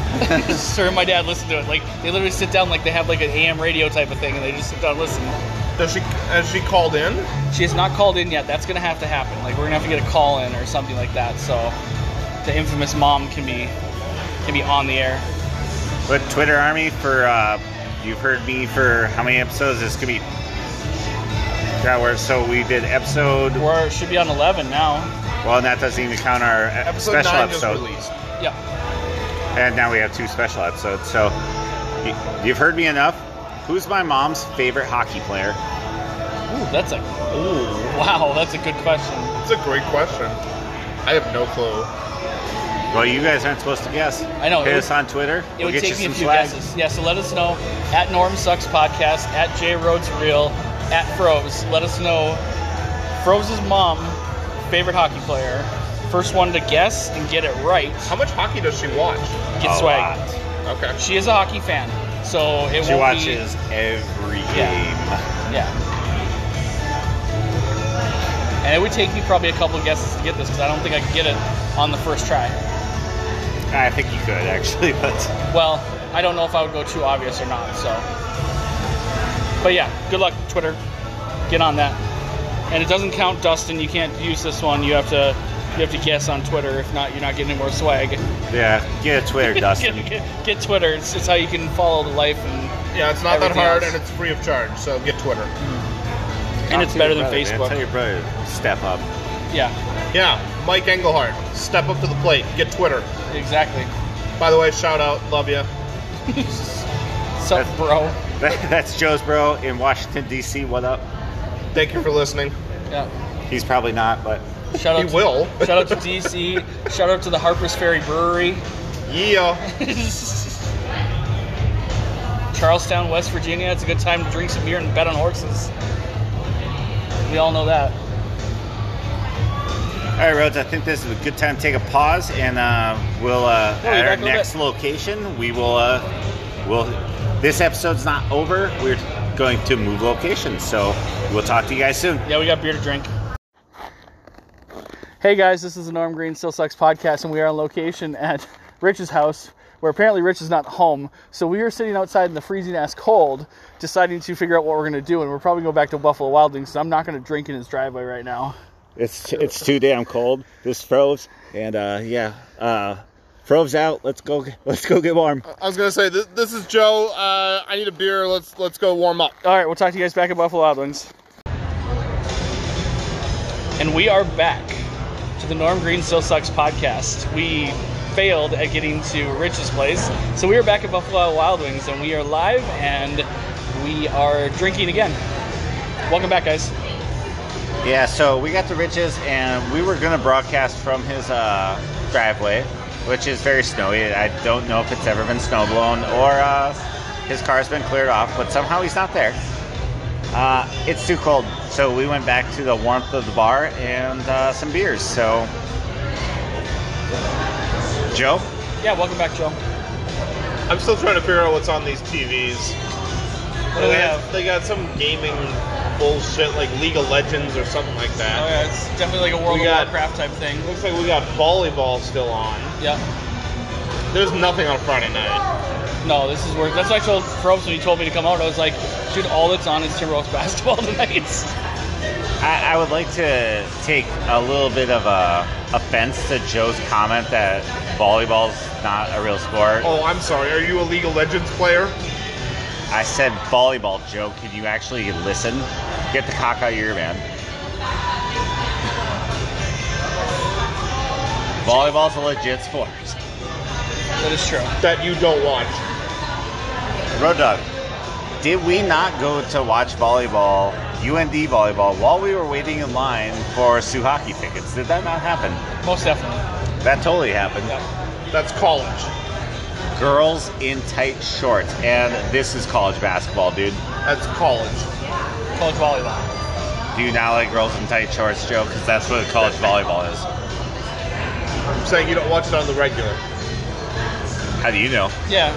Sir and my dad listen to it. Like they literally sit down, like they have like an AM radio type of thing, and they just sit down and listen. Does she? Has she called in? She has not called in yet. That's gonna have to happen. Like we're gonna have to get a call in or something like that. So the infamous mom can be can be on the air. But Twitter Army for uh, you've heard me for how many episodes? This could be. Yeah, we're, so we did episode. We're should be on 11 now. Well, and that doesn't even count our uh, Episode special nine just episode. released. Yeah. And now we have two special episodes. So y- you've heard me enough. Who's my mom's favorite hockey player? Ooh, that's a Ooh, wow. That's a good question. that's a great question. I have no clue. Well, you guys aren't supposed to guess. I know, it Hit would- us on Twitter. It we'll would get take you me a some few swag. guesses. Yeah. So let us know at Norm Sucks Podcast at J Rhodes Real at Froze. Let us know Froze's mom favorite hockey player. First one to guess and get it right How much hockey does she watch? get A swag. lot. Okay. She is a hockey fan, so it She won't watches every game. be. Yeah. And it would take me probably a couple guesses to get this because I don't think I could get it on the first try. I think you could actually, but. Well, I don't know if I would go too obvious or not. So, but yeah, good luck, Twitter. Get on that. And it doesn't count, Dustin. You can't use this one. You have to, you have to guess on Twitter. If not, you're not getting any more swag. Yeah, get a Twitter, Dustin. get, get, get Twitter. It's, it's how you can follow the life, and, Yeah, it's not Everything that hard, else. and it's free of charge. So get Twitter. and it's better than Man. Tell Facebook. your brother to step up. Yeah, Yeah, Mike Engelhart, step up to the plate. Get Twitter. exactly. By the way, shout out, love you. Sup, bro? That- that's Joe's bro in Washington D.C. What up? Thank you for listening. Yeah. He's probably not, but Shout out He to, will. shout out to DC. shout out to the Harper's Ferry Brewery. Yeah. Charlestown, West Virginia. It's a good time to drink some beer and bet on horses. We all know that. all right, Rhodes. I think this is a good time to take a pause, and uh, we'll uh, We'll be at back our in a bit. next location. We will. Uh, we'll. This episode's not over. We're going to move locations, so we'll talk to you guys soon. Yeah, we got beer to drink. Hey guys, this is the Norm Green Still Sucks podcast, and we are on location at Rich's house, where apparently Rich is not home. So we are sitting outside in the freezing ass cold, deciding to figure out what we're going to do, and we're probably going back to Buffalo Wild Wings. So I'm not going to drink in his driveway right now. It's it's too damn cold. This froze, and uh, yeah, uh, froze out. Let's go. Let's go get warm. I was gonna say this, this is Joe. Uh, I need a beer. Let's let's go warm up. All right, we'll talk to you guys back at Buffalo Wild Wings. And we are back to the Norm Green Still Sucks podcast. We failed at getting to Rich's place, so we are back at Buffalo Wild Wings, and we are live, and we are drinking again. Welcome back, guys. Yeah, so we got to Rich's, and we were gonna broadcast from his uh, driveway, which is very snowy. I don't know if it's ever been snowblown or uh, his car's been cleared off, but somehow he's not there. Uh, it's too cold, so we went back to the warmth of the bar and uh, some beers. So, Joe, Yeah, welcome back, Joe. I'm still trying to figure out what's on these TVs. What do we have? They got some gaming bullshit like League of Legends or something like Oh that. yeah, it's definitely like a World We of got- Warcraft type thing. Looks like we got volleyball still on. Yeah. There's nothing on Friday night. No, this is where. That's why I told Probst when he told me to come out. I was like, dude, all that's on is Timberwolves basketball tonight. I, I would like to take a little bit of uh, offense to Joe's comment that volleyball's not a real sport. Oh, I'm sorry. Are you a League of Legends player? I said volleyball, Joe. Can you actually listen? Get the cock out of your ear, man. Volleyball's a legit sport. that is true. That you don't watch. Road dog. Did we not go to watch volleyball, UND volleyball, while we were waiting in line for Sioux hockey tickets? Did that not happen? Most definitely. That totally happened. Yeah. That's college. Girls in tight shorts, and this is college basketball, dude. That's college. College volleyball. Do you not like girls in tight shorts, Joe? Because that's what college volleyball is. I'm saying you don't watch it on the regular. How do you know? Yeah.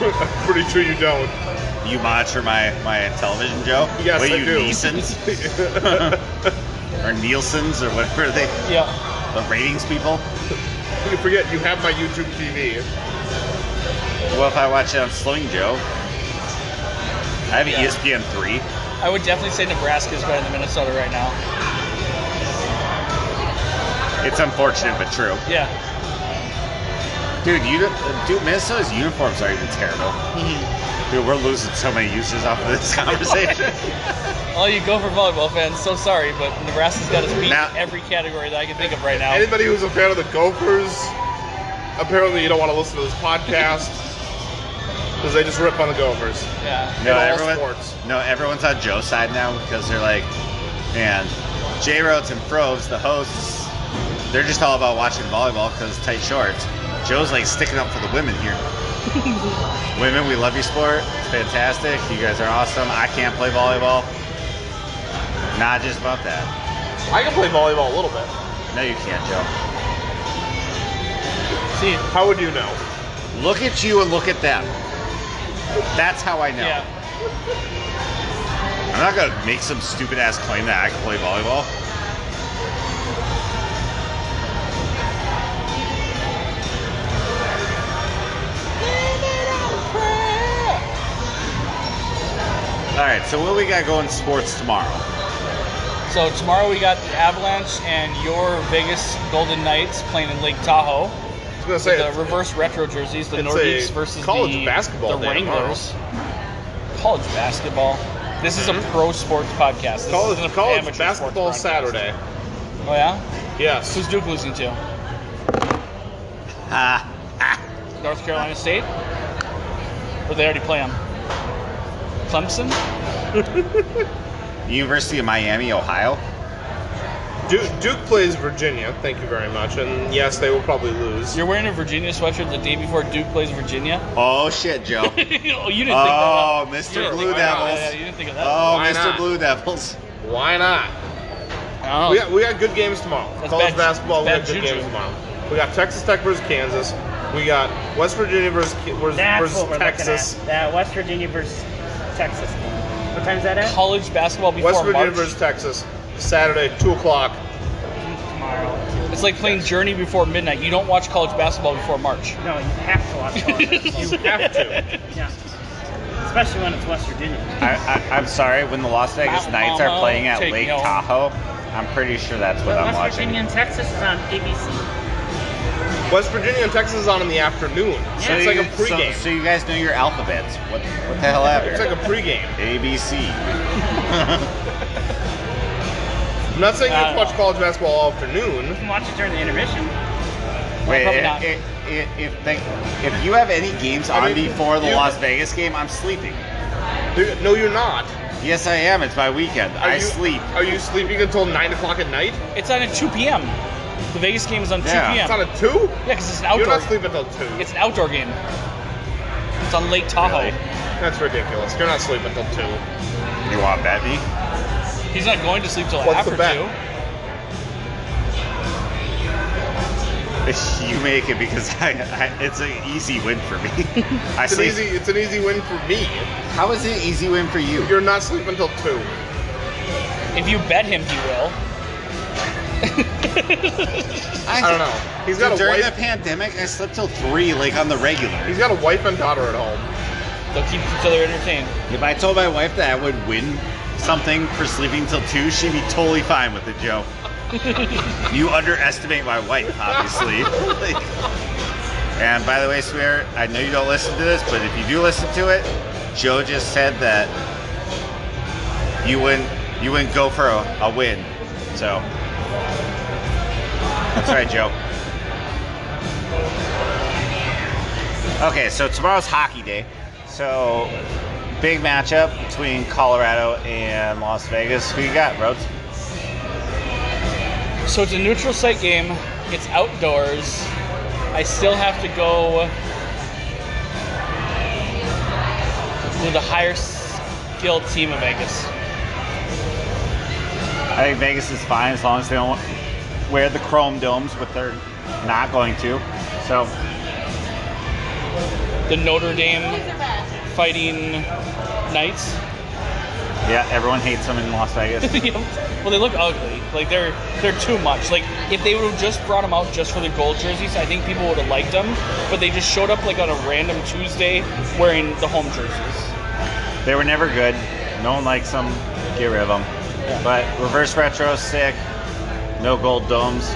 I'm pretty sure you don't. You monitor my, my television, Joe? Yes, what, I you do. Neesons? or Nielsen's or whatever they, Yeah. the ratings people? You forget you have my YouTube TV. Well, if I watch it on Sling, Joe? I have E Yeah. ESPN 3. I would definitely say Nebraska is better than Minnesota right now. It's unfortunate, but true. Yeah. Dude, you, dude, Minnesota's uniforms are even terrible. Mm-hmm. Dude, we're losing so many users off of this conversation. All Oh, you Gopher volleyball fans, so sorry, but Nebraska's got us beat Now- in every category that I can think of right now. Anybody who's a fan of the Gophers, apparently you don't want to listen to this podcast because they just rip on the Gophers. Yeah. No, all everyone, sports. no, everyone's on Joe's side now because they're like, man, J Rhodes and Froves, the hosts, they're just all about watching volleyball because tight shorts. Joe's like sticking up for the women here. women, we love your sport. It's fantastic. You guys are awesome. I can't play volleyball. Not just about that. I can play volleyball a little bit. No, you can't, Joe. See. How would you know? Look at you and look at them. That's how I know. Yeah. I'm not gonna make some stupid ass claim that I can play volleyball. All right, so what we got going sports tomorrow? So tomorrow we got the Avalanche and your Vegas Golden Knights playing in Lake Tahoe. I was gonna say The it's- reverse retro jerseys, the It's Nordiques a versus college the, basketball the day Wranglers. College basketball. This is a pro sports podcast. This Mm-hmm. college, isn't a college amateur sports basketball podcast. Saturday. Oh yeah. Yes. Who's Duke losing to? Ah, ah. North Carolina State. Or they already play them. Clemson. University of Miami, Ohio. Duke, Duke plays Virginia. Thank you very much. And yes, they will probably lose. You're wearing a Virginia sweatshirt the day before Duke plays Virginia. Oh shit, Joe. oh, you didn't think that Oh, up. Mr. You didn't Blue think that up. Devils. Yeah, yeah, you didn't think of that. Oh, Why Mr. not? Blue Devils. Why not? I don't We know. got, we got good games tomorrow. That's College bad- basketball, we bad got good juju. games tomorrow. We got Texas Tech versus Kansas. We got West Virginia versus, Ki- versus, That's versus what we're Texas. looking at. That West Virginia versus Texas. What time's that at? College basketball before West Virginia March. versus Texas. Saturday, 2 o'clock. Tomorrow. It's like playing Journey before midnight. You don't watch college basketball before March. No, you have to watch college basketball. You have to. yeah. Especially when it's West Virginia. I, I, I'm sorry, when the Las Vegas Mount Knights are Mama, playing at take Lake me home. Tahoe, I'm pretty sure that's what But I'm West watching. Virginia and Texas is on ABC. West Virginia and Texas is on in the afternoon. So it's like a you- pregame. So, so you guys know your alphabets. What, what the hell happened? it's like a pregame. A B C. I'm not saying you Uh, can watch college basketball all afternoon. You can watch it during the intermission. Wait, probably i- not. i- i- if, they- if you have any games I on mean, before the you- Las Vegas game, I'm sleeping. Dude, No, you're not. Yes, I am. It's my weekend. Are I you, sleep. Are you sleeping until nine o'clock at night? It's on at 2 p.m. The Vegas game is on 2 Yeah. p.m. It's not a two. yeah, because it's an outdoor. You're not sleeping until two. It's an outdoor game. It's on Lake Tahoe. Really? That's ridiculous. You're not sleeping until two. You want to bet me? He's not going to sleep till What's after the bet? two. You make it because I, I, it's an easy win for me. I It's an sleep. easy. It's an easy win for me. How is it an easy win for you? You're not sleeping until two. If you bet him, he will. I don't know. He's got a during wife- the pandemic. I slept till three, like on the regular. He's got a wife and daughter at home. They'll keep each other entertained. If I told my wife that I would win something for sleeping till two, she'd be totally fine with it, Joe. you underestimate my wife, obviously. Like- and by the way, Swear, I know you don't listen to this, but if you do listen to it, Joe just said that you wouldn't you wouldn't go for a, a win. So that's right, Joe. Okay, so tomorrow's hockey day. So big matchup between Colorado and Las Vegas. Who you got, Rhodes? So it's a neutral site game. It's outdoors. I still have to go with the higher skill team of Vegas. I think Vegas is fine as long as they don't wear the chrome domes, but they're not going to. So The Notre Dame fighting Knights. yeah, everyone hates them in Las Vegas. Yep. well, they look ugly. Like they're they're too much. Like if they would have just brought them out just for the gold jerseys, I think people would have liked them. But they just showed up like on a random Tuesday wearing the home jerseys. they were never good. No one likes them. Get rid of them. But reverse retro, sick. No gold domes.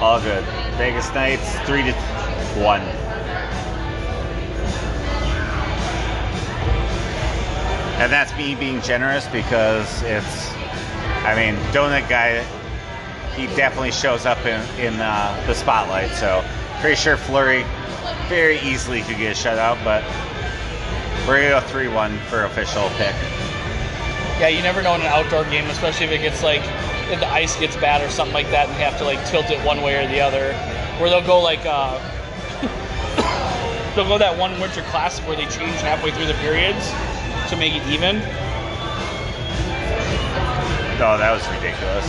All good. Vegas Knights three to one. And that's me being generous because it's, I mean, Donut Guy, he definitely shows up in, in uh, the spotlight. So, pretty sure Flurry very easily could get a shutout, but we're going to go 3 1 for official pick. Yeah, you never know in an outdoor game, especially if it gets like if the ice gets bad or something like that, and they have to like tilt it one way or the other, where they'll go like uh, they'll go that one winter classic where they change halfway through the periods to make it even. No, that was ridiculous.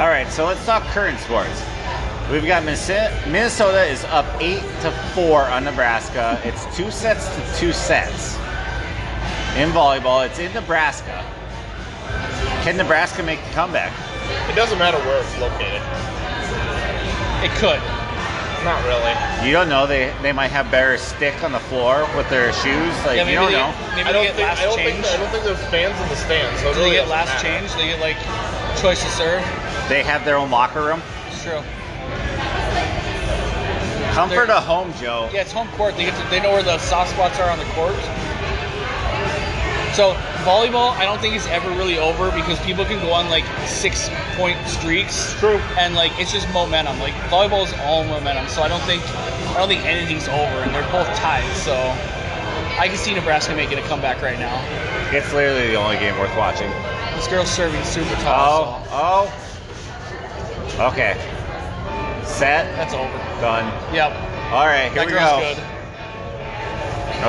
All right, so let's talk current sports. We've got Minnesota Minnesota is up eight to four on Nebraska. It's two sets to two sets in volleyball. It's in Nebraska. Can Nebraska make the comeback? It doesn't matter where it's located. It could. Not really. You don't know. They they might have better stick on the floor with their shoes. Like yeah, you maybe don't they, know. Maybe I don't they get think. last I don't change. think. I don't think there's fans in the stands. So it Do they really get doesn't last matter. change? They get like choice to serve. They have their own locker room. It's true. Comfort They're- a home, Joe. Yeah, it's home court. They get to, they know where the soft spots are on the court. So volleyball, I don't think is ever really over because people can go on like six point streaks. True. And like it's just momentum. Like volleyball is all momentum. So I don't think I don't think anything's over, and they're both tied. So I can see Nebraska making a comeback right now. It's literally the only game worth watching. This girl's serving super Oh, tall. so oh. Okay. Set, that's over. done. Yep. All right, that here we girl's go. good.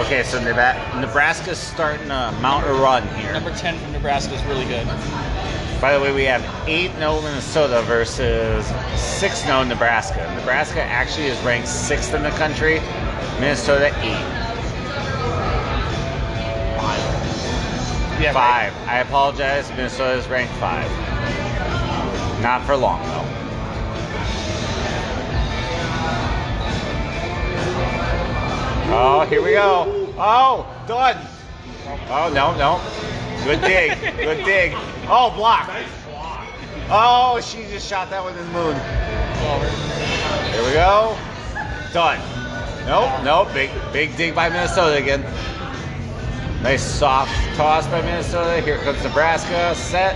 Okay, so Neba- Nebraska's starting to mount a run here. Number ten from Nebraska is really good. By the way, we have 8 0 Minnesota versus 6 0 Nebraska. Nebraska actually is ranked 6th in the country, Minnesota 8. Yeah. 5. I apologize, Minnesota is ranked 5. Not for long, though. Oh, here we go. Oh, done. Oh, no, no. Good dig. Good dig. Oh, block. Oh, she just shot that one in the moon. Here we go. Done. Nope, nope. Big, big dig by Minnesota again. Nice soft toss by Minnesota. Here comes Nebraska. Set.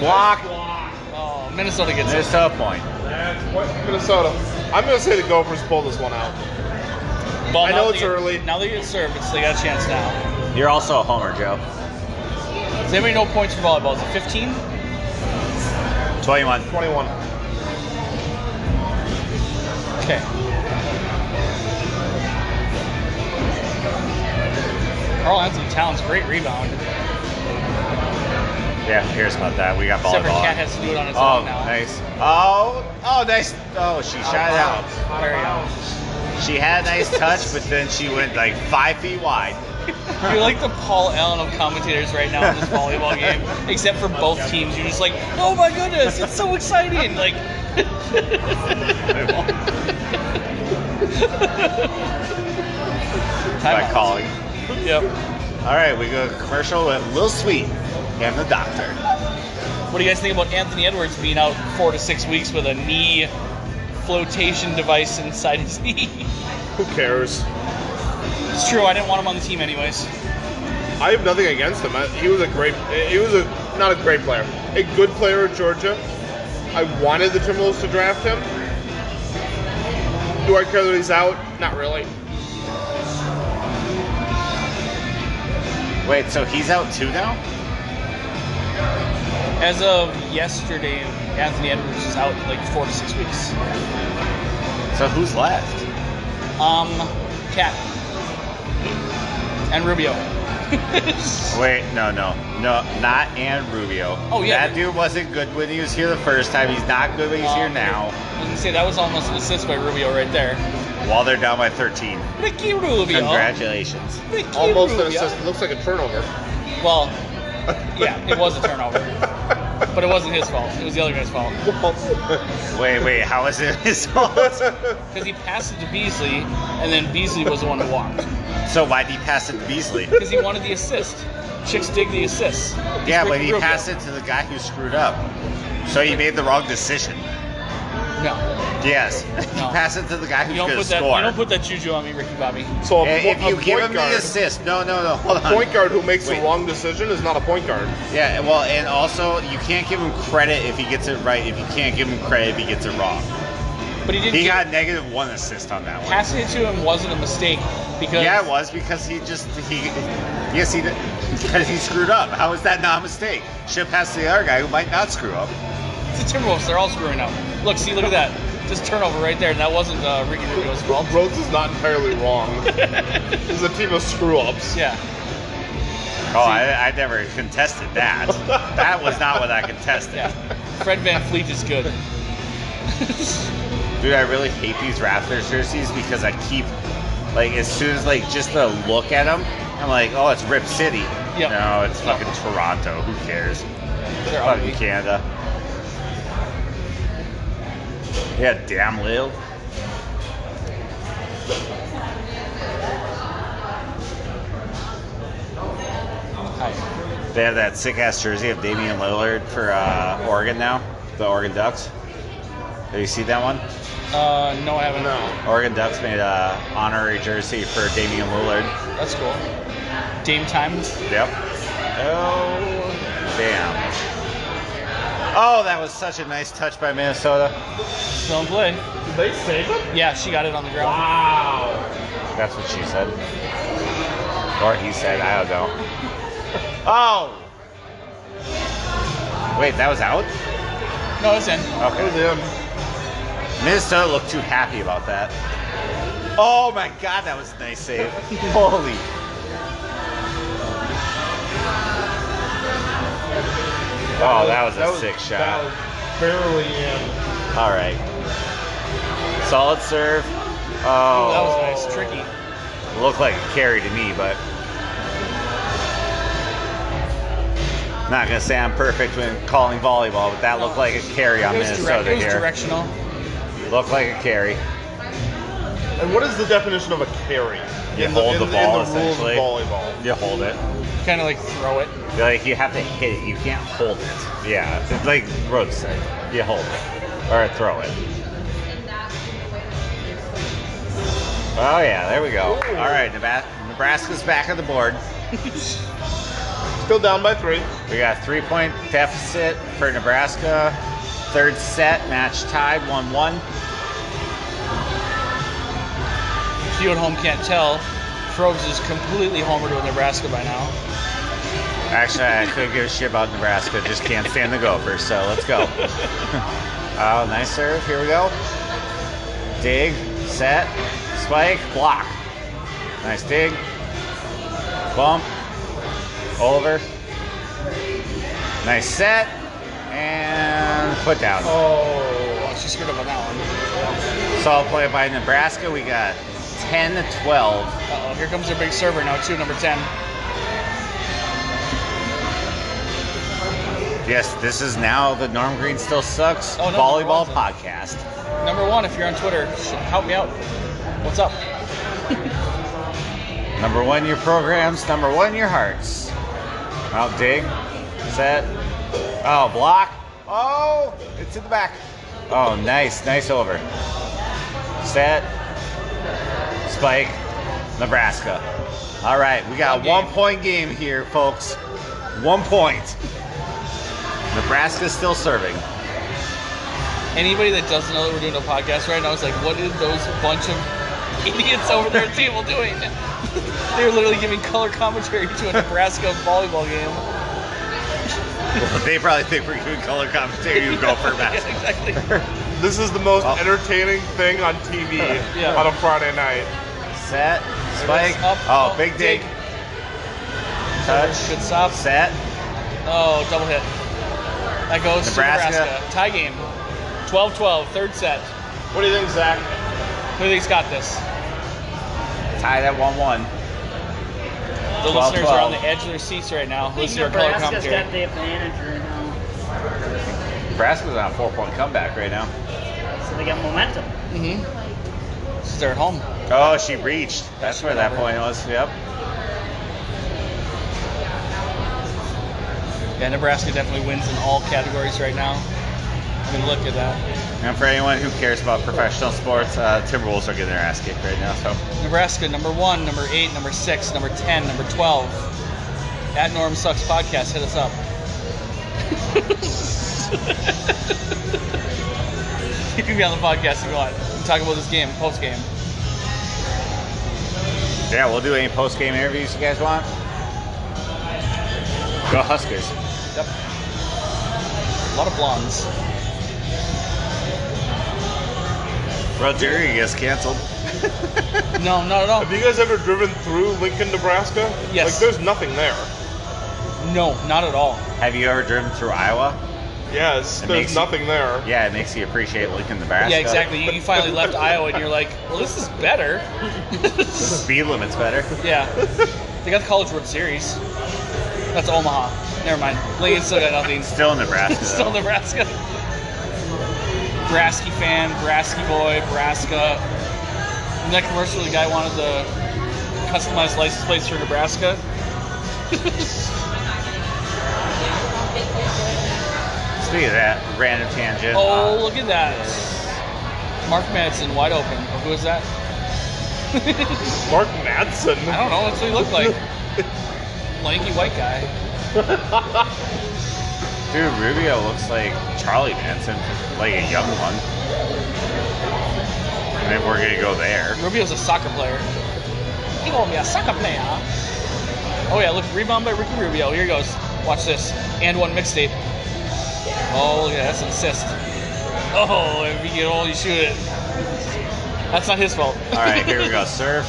Block. Oh, Minnesota gets it. Minnesota point. Minnesota. I'm gonna say the Gophers pull this one out. Well, I now know that it's they- early. Now they get served, it's they got a chance now. You're also a homer, Joe. Does anybody know points for volleyball? Is it 15? 21. 21. Okay. Carl Anthony Towns, great rebound. Yeah, who cares about that? We got Except for volleyball. Cat has to do it on his oh, own now. nice. Oh, oh, nice. Oh, she shot it out. Very out. She had a nice touch, but then she went like five feet wide. You're like the Paul Allen of commentators right now in this volleyball game, except for both teams. You're just like, oh my goodness, it's so exciting! Like, By timeout. calling. Yep. All right, we go to commercial with Lil Sweet and the doctor. What do you guys think about Anthony Edwards being out four to six weeks with a knee flotation device inside his knee? Who cares? It's true. I didn't want him on the team anyways. I have nothing against him. I- He was a great. He was a not a great player, a good player at Georgia. I wanted the Timberwolves to draft him. Do I care that he's out? Not really. Wait, so he's out too now? As of yesterday, Anthony Edwards is out like four to six weeks. So who's left? Um, Cat and Rubio. Wait, no, no, no, not and Rubio. Oh, yeah. That dude wasn't good when he was here the first time. He's not good when he's here Um, now. I was gonna say that was almost an assist by Rubio right there. While they're down by 13. Ricky Rubio. Congratulations. Ricky Almost Rubio. an assist. Looks like a turnover. Well, yeah, it was a turnover, but it wasn't his fault. It was the other guy's fault Wait, wait, how is it his fault? because he passed it to Beasley, and then Beasley was the one who walked So why'd he pass it to Beasley? because he wanted the assist. Chicks dig the assist. Yeah, but he passed it to the guy who screwed up. So he made the wrong decision. No, Yes. No. He passed it to the guy you who's don't going to put that. score. You don't put that juju on me, Ricky Bobby. so a, And po- if you a give point him guard, the assist, no, no, no, hold on. point guard who makes Wait. the wrong decision is not a point guard. Yeah, well, and also you can't give him credit if he gets it right. If you can't give him credit if he gets it wrong, But he didn't. he get- got negative one assist on that one. passing it to him wasn't a mistake because Yeah, it was because he just he yes he did because he screwed up. How is that not a mistake? Should have passed to the other guy who might not screw up. It's the Timberwolves. They're all screwing up. Look, see, look at that. Just turnover right there. And that wasn't uh, Ricky Rubio's fault. Rhodes is not entirely wrong. This is a team of screw ups. Yeah. Oh, I, I never contested that. that was not what I contested. Yeah. Fred Van Fleet is good. Dude, I really hate these Raptors jerseys because I keep like as soon as like just a look at them, I'm like, oh, it's Rip City. Yep. No, it's fucking Toronto. Who cares? They're Fucking ugly. Canada. Yeah, damn Lil. Hi. They have that sick ass jersey of Damian Lillard for uh, Oregon now, the Oregon Ducks. Have you seen that one? Uh, no, I haven't. No. Oregon Ducks made a honorary jersey for Damian Lillard. That's cool. Dame time. Yep. Oh, damn. Oh, that was such a nice touch by Minnesota. Don't play. Did they save him? Yeah, she got it on the ground. Wow. That's what she said. Or he said, I don't know. Oh! Wait, that was out? No, it's in. Okay. Minnesota looked too happy about that. Oh my god, that was a nice save. Holy. Oh, that was a sick shot. That was barely in. All right. Solid serve. Oh, that Oh, was nice. Tricky. looked like a carry to me, but not gonna say I'm perfect when calling volleyball, but that looked like a carry on It was, direct, Minnesota it was here. directional. Looked like a carry. And what is the definition of a carry? You in hold in, the ball, in the rules of essentially. volleyball. You hold it. Kind of like throw it. Like you have to hit it. You can't hold it. Yeah, it's like road side. You hold it or throw it. Oh yeah, there we go. All right, Neba- Nebraska's back on the board. Still down by three. We got a three point deficit for Nebraska. Third set, match tied 1 1. If you at home can't tell, Probes is completely homered with Nebraska by now. Actually, I could give a shit about Nebraska. Just can't stand the Gophers. So let's go. oh, nice serve. Here we go. Dig, set, spike, block. Nice dig. Bump. Over. Nice set. And put down. Oh, she screwed up on that one. Solid play by Nebraska. We got 10 to 12. Uh oh, here comes their big server now, too, number 10. Yes, this is now the Norm Green Still Sucks Oh, no, it Volleyball wasn't. Podcast. Number one, if you're on Twitter, sh- help me out. What's up? Number one, your programs. Number one, your hearts. Out dig, set. Oh, block. Oh, it's in the back. Oh, nice, nice over. Set. Spike. Nebraska. All right, we got One game. one point game here, folks. One point. Nebraska's still serving. Anybody that doesn't know that we're doing a podcast right now is like, what is those bunch of idiots over there at the table doing? They're literally giving color commentary to a Nebraska volleyball game. they probably think we're doing color commentary to go for Yeah, basketball. exactly. This is the most Oh. entertaining thing on TV Yeah. on a Friday night. Set, spike. Up, oh, up, big dig. dig. Touch. Good stop. Set. Oh, double hit. That goes Nebraska. to Nebraska. Tie game. 12-12, third set. What do you think, Zach? Who think's got this? Tied at 1 1. The 12-12. listeners are on the edge of their seats right now. I think Listen to our color Nebraska's commentary. got the manager now, Nebraska's on a four point comeback right now. so they got momentum. Mm-hmm. They're at home. Oh, she reached. That's where that point was. Yep. Yeah, Nebraska definitely wins in all categories right now. I mean, look at that. And for anyone who cares about professional sports, uh, Timberwolves are getting their ass kicked right now. So Nebraska, number one, number eight, number six, number 10, number 12. At Norm Sucks Podcast, hit us up. you can be on the podcast if you want. We can talk about this game, post game. yeah, we'll do any post game interviews you guys want. Go Huskers. Yep. A lot of blondes. Rodriguez canceled. No, not at all. Have you guys ever driven through Lincoln, Nebraska? Yes. Like, there's nothing there. No, not at all. Have you ever driven through Iowa? Yes, It makes there's you- nothing there. Yeah, it makes you appreciate Lincoln, Nebraska. Yeah, exactly. You, you finally left Iowa and you're like, well, this is better. Speed limit's better. yeah. They got the College World Series. That's Omaha. Never mind. Lincoln still got nothing. Still Nebraska. still though. Nebraska. Brasky fan, Brasky boy, Braska. In that commercial, the guy wanted the customized license plates for Nebraska. Speaking of that, random tangent. Oh, uh, look at that. Mark Madsen wide open. Or who is that? Mark Madsen. I don't know. That's what he looked like. Lanky white guy. Dude, Rubio looks like Charlie Manson, like a young one. And then we're gonna go there. Rubio's a soccer player. He gonna be a soccer player. Oh yeah, look, rebound by Ricky Rubio. Here he goes. Watch this. And one mixtape. Oh look at that, that's an assist. Oh, if you get all you shoot it. That's not his fault. All right, here we go. Serve.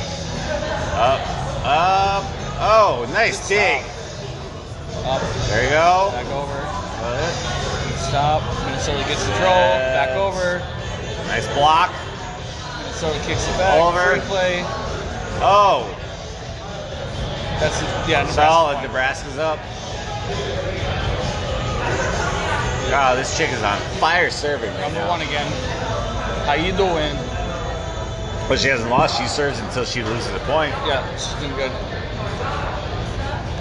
Up, up. Oh, nice dig. Up, There you go. back over, Put stop. Minnesota gets control, Yes. back over. it. Nice block. Minnesota kicks it back. Over. Free play. Oh, That's yeah. Nebraska solid. won. Nebraska's up. God, this chick is on fire serving right Number now. one again. How you doing? But she hasn't lost. She serves until she loses a point. Yeah, she's doing good.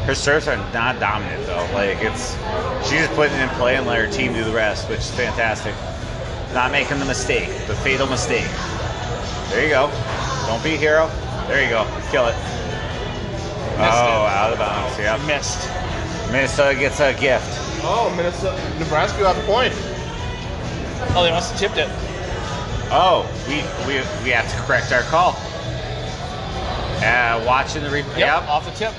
her serves are not dominant though. Like it's she's just putting it in play and let her team do the rest, which is fantastic. Not making the mistake, the fatal mistake. There you go. Don't be a hero. There you go. Kill it. Missed Oh, it. out of bounds. You Yep. missed. Minnesota gets a gift. Oh, Minnesota, Nebraska got the point. Oh, they must have tipped it. Oh, we we, we have to correct our call. Uh, watching the replay. Yep, off the tip.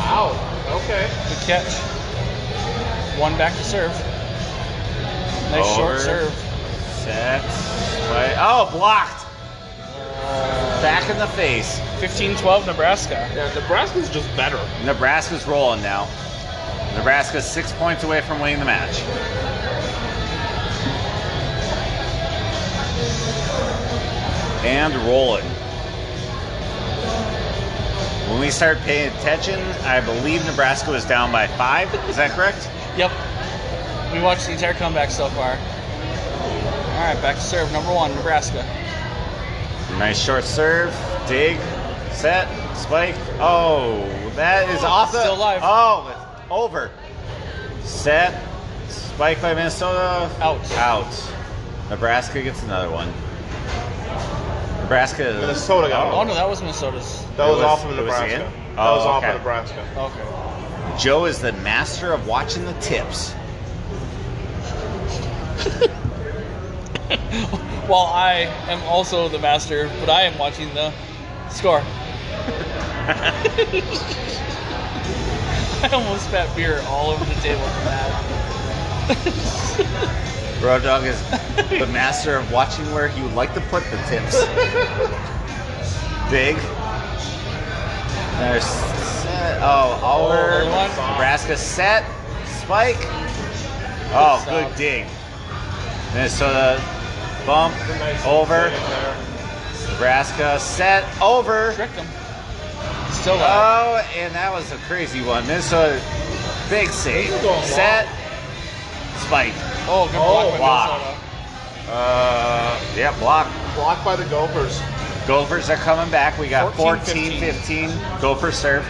Wow. Okay. Good catch. One back to serve. Nice short Over. serve. Set. Play. Oh, blocked. Back in the face. 15-12 Nebraska. Yeah, Nebraska's just better. Nebraska's rolling now. Nebraska's six points away from winning the match. And rolling. When we start paying attention, I believe Nebraska was down by five. Is that correct? Yep. We watched the entire comeback so far. All right, back to serve. Number one, Nebraska. Nice short serve, dig, set, spike. Oh, that is Oh, off the. still alive. Oh, it's over. Set, spike by Minnesota. Out. Out. Nebraska gets another one. Nebraska. Minnesota got Oh oh, no, that was Minnesota's. That It was, was- off it of was Nebraska. in? that Oh, was off okay. of Nebraska. Okay. Joe is the master of watching the tips. While I am also the master, but I am watching the score. I almost spat beer all over the table from that. Road Dog is the master of watching where he would like to put the tips. Big. There's set. Oh, over. Over one. Nebraska set. Spike. Oh, Good good stop. dig. Minnesota bump. Over. Nebraska set. Over. Tricked him. Still alive. Oh, and that was a crazy one. Minnesota big save. are going Set. Spike. oh, good block by wow. Minnesota. Uh, yeah, block. Blocked by the Gophers. Gophers are coming back. We got 14 14, 15. Gopher serve.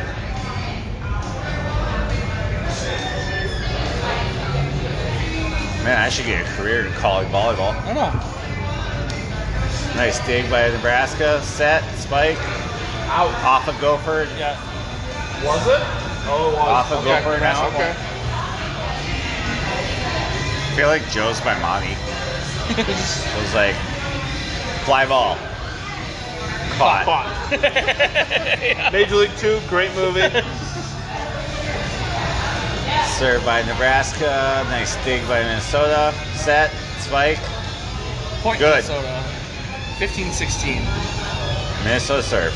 Man, I should get a career in college volleyball. I don't know. Nice dig by Nebraska. Set, spike. Out. Off of Gopher. Yeah. Was it? Oh, it was. Off of okay. Gopher now. Okay. I feel like Joe's by Monty. It was like, fly ball. Caught. Caught. Major League Two, great movie. Serve by Nebraska. Nice dig by Minnesota. Set, spike. Point Good. Minnesota. 15-16. Minnesota serve.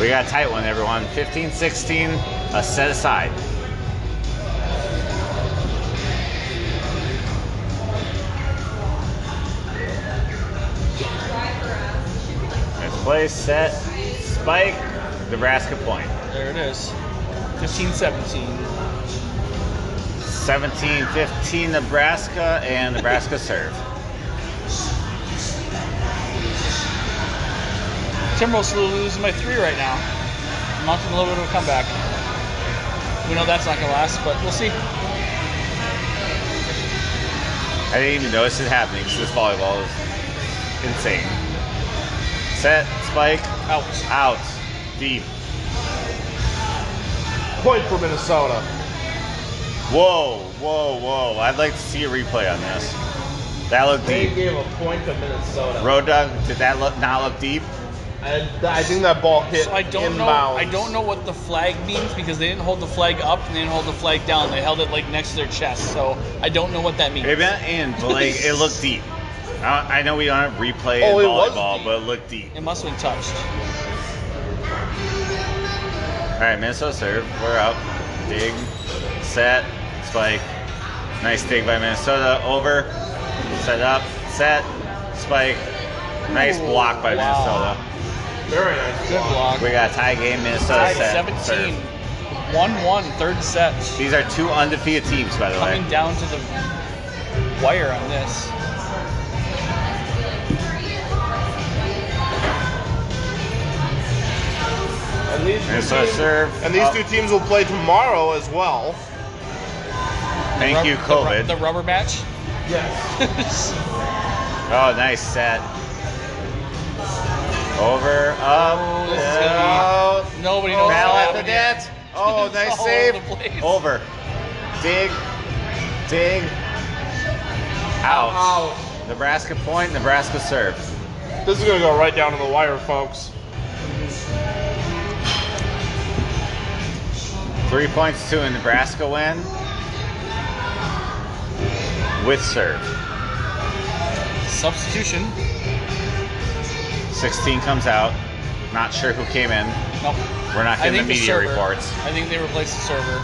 We got a tight one, everyone. 15 16, a set aside. Nice play, set, spike, Nebraska point. There it is. 15-17. 17 15, Nebraska, and Nebraska serve. Timberwolves still losing by three right now. Mounting a little bit of a comeback. We know that's not going to last, but we'll see. I didn't even notice it happening because this volleyball is insane. Set, spike, Out. out, deep. Point for Minnesota. Whoa, whoa, whoa. I'd like to see a replay on this. That looked deep. gave a point to Minnesota. Road dog, did that look not look deep? I, I think that ball hit So I don't know. inbounds. I don't know what the flag means because they didn't hold the flag up and they didn't hold the flag down. They held it like next to their chest, so I don't know what that means. It went in, but like it looked deep. I I know we don't have replay Oh, in it was volleyball, deep. but it looked deep. It must have been touched. All right, Minnesota serve. We're up. Dig, set, spike. Nice dig by Minnesota. Over, set up, set, spike. Nice Ooh, block by wow. Very nice. Good block. Minnesota. We got a tie game. Minnesota Tied set. 17. serve. 1-1, third set. These are two undefeated teams, by the Coming way. down to the wire on this. And these, two Minnesota teams, serve. Oh, and these Up. two teams will play tomorrow as well. Thank Rub- you, the ru- COVID. The, rubber match. Yes. Oh, nice set. Over, up, Oh, this is out. gonna be- nobody knows Foul what at happened the here. net. Oh, It's nice all save. over the place. Over. Dig. Dig. Out. Nebraska point. Nebraska serve. This is gonna go right down to the wire, folks. Three points to a Nebraska win. With serve. Substitution. 16 comes out. Not sure who came in. Nope. We're not I getting think the the media server. reports. I think they replaced the server.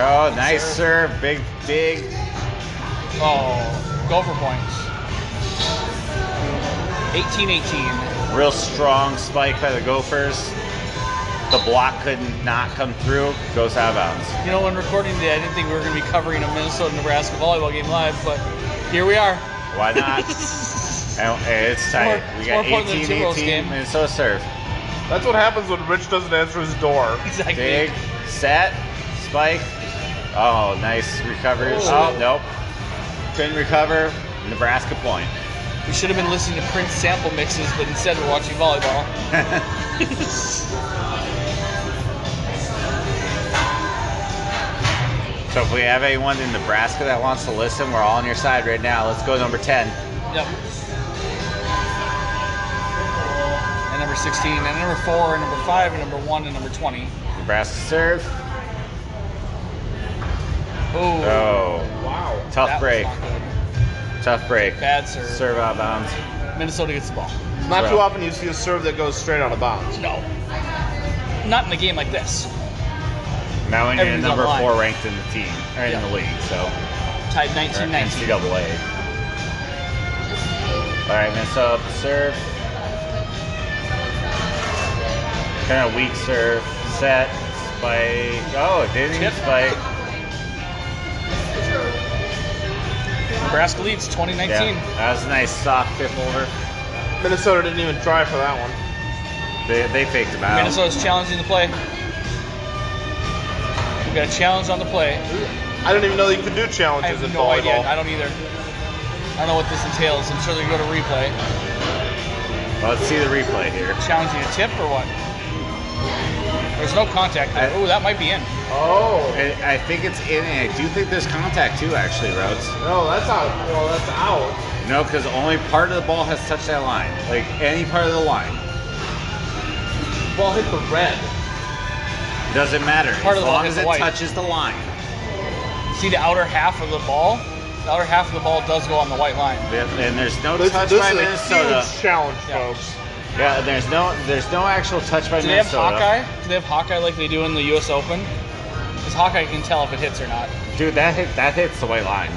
Oh, nice Serve. serve. Big, big. Oh, go for points. 18-18. Real strong spike by the Gophers. The block could not come through. Goes out of bounds. You know, when recording today, I didn't think we were going to be covering a Minnesota-Nebraska volleyball game live, but here we are. Why not? and, and it's tight. It's we more got important than 18 the Timberwolves 18. game. Minnesota serve. That's what happens when Rich doesn't answer his door. Exactly. Big, set, spike. Oh, nice recovery. Oh. Oh, nope. Couldn't recover. Nebraska point. We should have been listening to Prince sample mixes, but instead we're watching volleyball. So if we have anyone in Nebraska that wants to listen, we're all on your side right now. Let's go number 10. Yep. And number 16, and number 4, and number 5, and number 1, and number 20. Nebraska serve. Oh, Oh, Wow. tough that was break. not good. Tough break. Bad serve. Serve out of bounds. Minnesota gets the ball. It's not Right. too often you see a serve that goes straight out of bounds. No. Not in a game like this. Now we need a Everything's number online. four ranked in the team, or in Yeah. the league, so. Tied or 19 19. NCAA. All right, Minnesota up the serve. Kind of weak serve. Set. Spike. Oh, it didn't even Tip. spike. Nebraska leads 20 19. Yeah, that was a nice soft tip over. Minnesota didn't even try for that one. They, they faked him out. Minnesota's challenging the play. We've got a challenge on the play. I didn't even know you could do I challenges have in no idea. volleyball. I don't either. I don't know what this entails. I'm sure they go to replay. Well, let's see the replay here. Challenging a tip or what? There's no contact there. I- Oh, that might be in. oh. I, I think it's in. and I do think there's contact too, actually, Rhodes. No, that's out. Well, that's out. No, because only part of the ball has touched that line. Like any part of the line Ball hit the red. doesn't matter. Part of as the ball long hit as the it white. touches the line. See the outer half of the ball? The outer half of the ball does go on the white line. Yep, And there's no This, touch this by is a Minnesota. huge challenge, Yeah. folks. Yeah, there's no there's no actual touch by Do they have Minnesota. Hawkeye? Do they have Hawkeye like they do in the U.S. Open? Because Hawkeye can tell if it hits or not. Dude, that hit that hits the white line.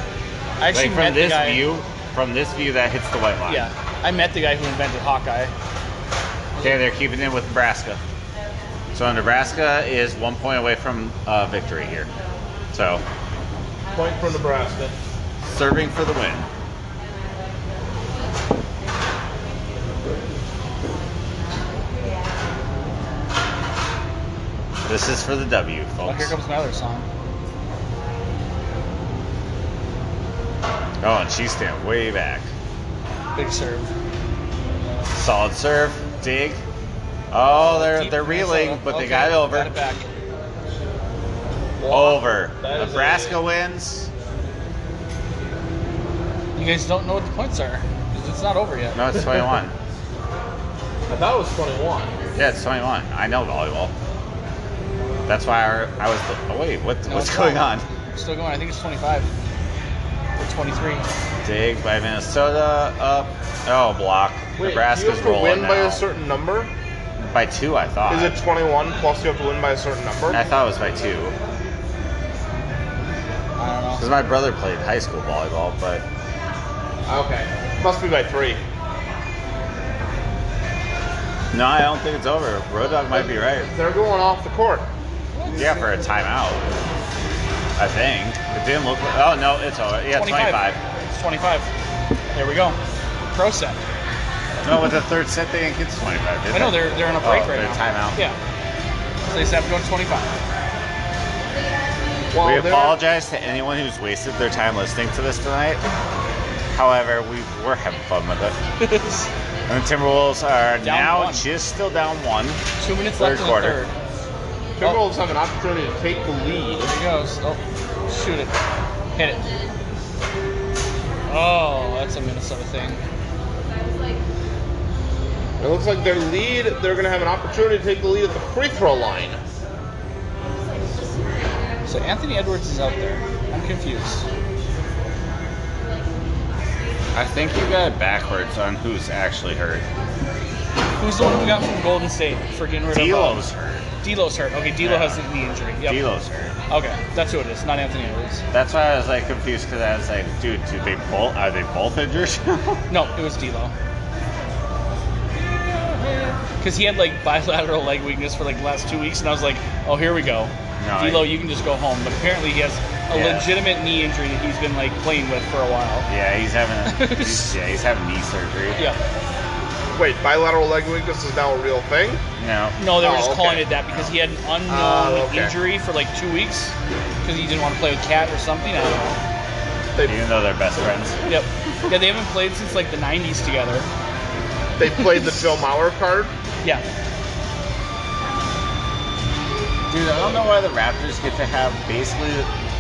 I actually Like met from the this guy- view, from this view, that hits the white line. Yeah, I met the guy who invented Hawkeye. Okay, they're keeping it with Nebraska. So Nebraska is one point away from uh, victory here. So Point for Nebraska. serving for the win. This is for the W, folks. Oh, here comes my other song. Oh, and she's standing way back. Big serve. Solid serve, dig. Oh, they're Deep they're reeling, Minnesota. but they Okay, got it over. Got it back. Over. That is Nebraska wins. You guys don't know what the points are. 'cause It's not over yet. No, it's 21. I thought it was 21. yeah, it's 21. I know volleyball. That's why I, I was. Oh wait, what, No, what's it's going not. on? Still going. I think it's 25 or 23. Dig by Minnesota up. Oh, block. Wait, you Nebraska's have to rolling win by now. a certain number? by two, I thought. Is it 21 plus you have to win by a certain number? I thought it was by two. I don't know. Because my brother played high school volleyball, but Okay. Must be by three. no, I don't think it's over. Road Dog might be right. They're going off the court. Yeah, for a timeout. I think. It didn't look like. Oh, no, it's over. Yeah, 25. It's 25. There we go. Pro set. No, with the third set, they didn't get to 25. Did I know they? they're they're on a break oh, right they're now. timeout. Yeah. So they said going to 25. While we they're- apologize to anyone who's wasted their time listening to this tonight. However, we were having fun with it. And the Timberwolves are now one. just still down one. Two minutes Third left in quarter. the third. Timberwolves have an opportunity to take the There lead. he goes. Oh, shoot it. Hit it. Oh, that's a Minnesota thing. It looks like their lead, they're going to have an opportunity to take the lead at the free throw line. So Anthony Edwards is out there. I'm confused. I think you got it backwards on who's actually hurt. Who's the one we got from Golden State for getting rid D'Lo's of? hurt. D'Lo's. D'Lo's hurt. Okay, D'Lo Yeah. has the knee injury. Yep. D'Lo's hurt. Okay, that's who it is. Not Anthony Edwards. That's why I was like confused because I was like, dude, do they both are they both injured? No, it was D'Lo. Because he had like bilateral leg weakness for like the last two weeks, and I was like, oh, here we go. No, I- D'Lo, you can just go home. But apparently, he has a Yeah. legitimate knee injury that he's been like playing with for a while. yeah, he's having a, he's, yeah he's having knee surgery. Yeah. Wait, bilateral leg weakness is now a real thing? No. No, they were Oh, just okay. calling it that because he had an unknown Oh, okay. injury for like two weeks because he didn't want to play with Cat or something. I don't know. They, Even though they're best friends. Yep. Yeah, they haven't played since like the '90s together. they played the Joe Mauer card. Yeah. Dude, I don't know why the Raptors get to have basically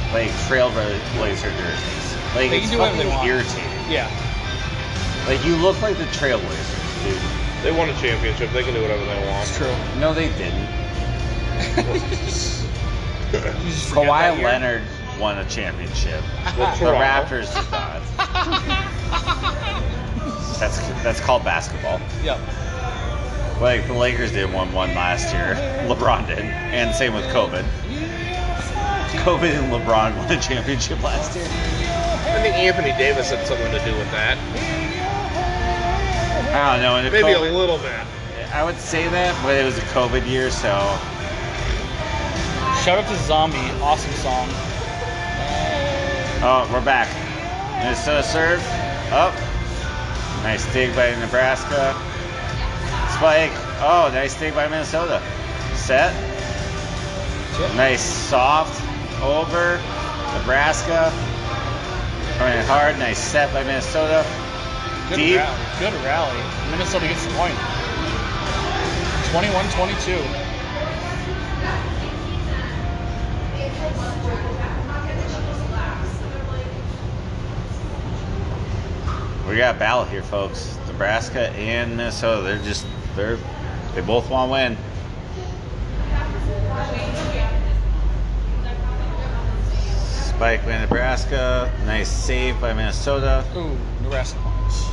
like trailblazer jerseys. Like They it's can do whatever they fucking want. irritating. Yeah. Like you look like the Trailblazers, dude. They won a championship. They can do whatever they It's want. true. No, they didn't. You just forget that Kawhi year. Leonard won a championship. Well, The Toronto. Raptors did not. that's that's called basketball. Yeah. Like the Lakers did won one last year. LeBron did, and same with COVID. COVID and LeBron won a championship last year. I think Anthony Davis had something to do with that. I don't know. And if Maybe a COVID little bit. I would say that, but it was a COVID year, so Shout out to Zombie. Awesome song. Oh, we're back. Minnesota serve. Up. Oh, Nice dig by Nebraska. Spike. Oh, nice dig by Minnesota. Set. Nice soft over. Nebraska. I mean, hard. Nice set by Minnesota. Good Deep. rally. Good rally. Minnesota gets the point. 21-22. We got a battle here, folks. Nebraska and Minnesota. They're just they're they both want to win. Spike by Nebraska. Nice save by Minnesota. Ooh, Nebraska points.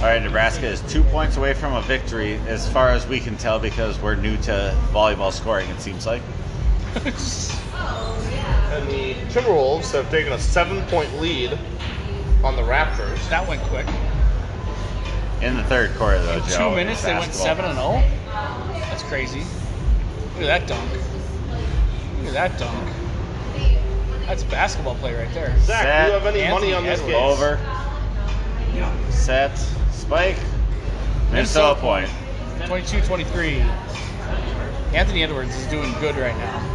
All right, Nebraska is two points away from a victory, as far as we can tell, because we're new to volleyball scoring. It seems like. And the Timberwolves have taken a seven-point lead on the Raptors. that went quick. In the third quarter, though, Joe. Two minutes. They went seven basketball. and zero. That's crazy. Look at that dunk. Look at that dunk. That's basketball play right there. Zach, Set. do you have any Anthony money on this Edwards. game? Over. Set. Spike. Minnesota Minnesota. point. 22-23. Anthony Edwards is doing good right now.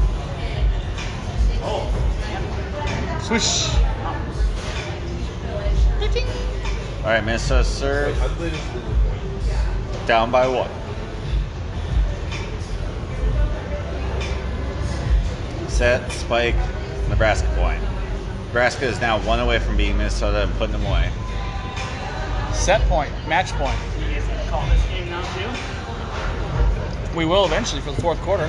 Swish. All right, Minnesota serve. I believe it's the- Down by one. Set, spike, Nebraska point. Nebraska is now one away from beating Minnesota and putting them away. Set point. Match point. You guys gonna call this game now too? We will eventually for the fourth quarter.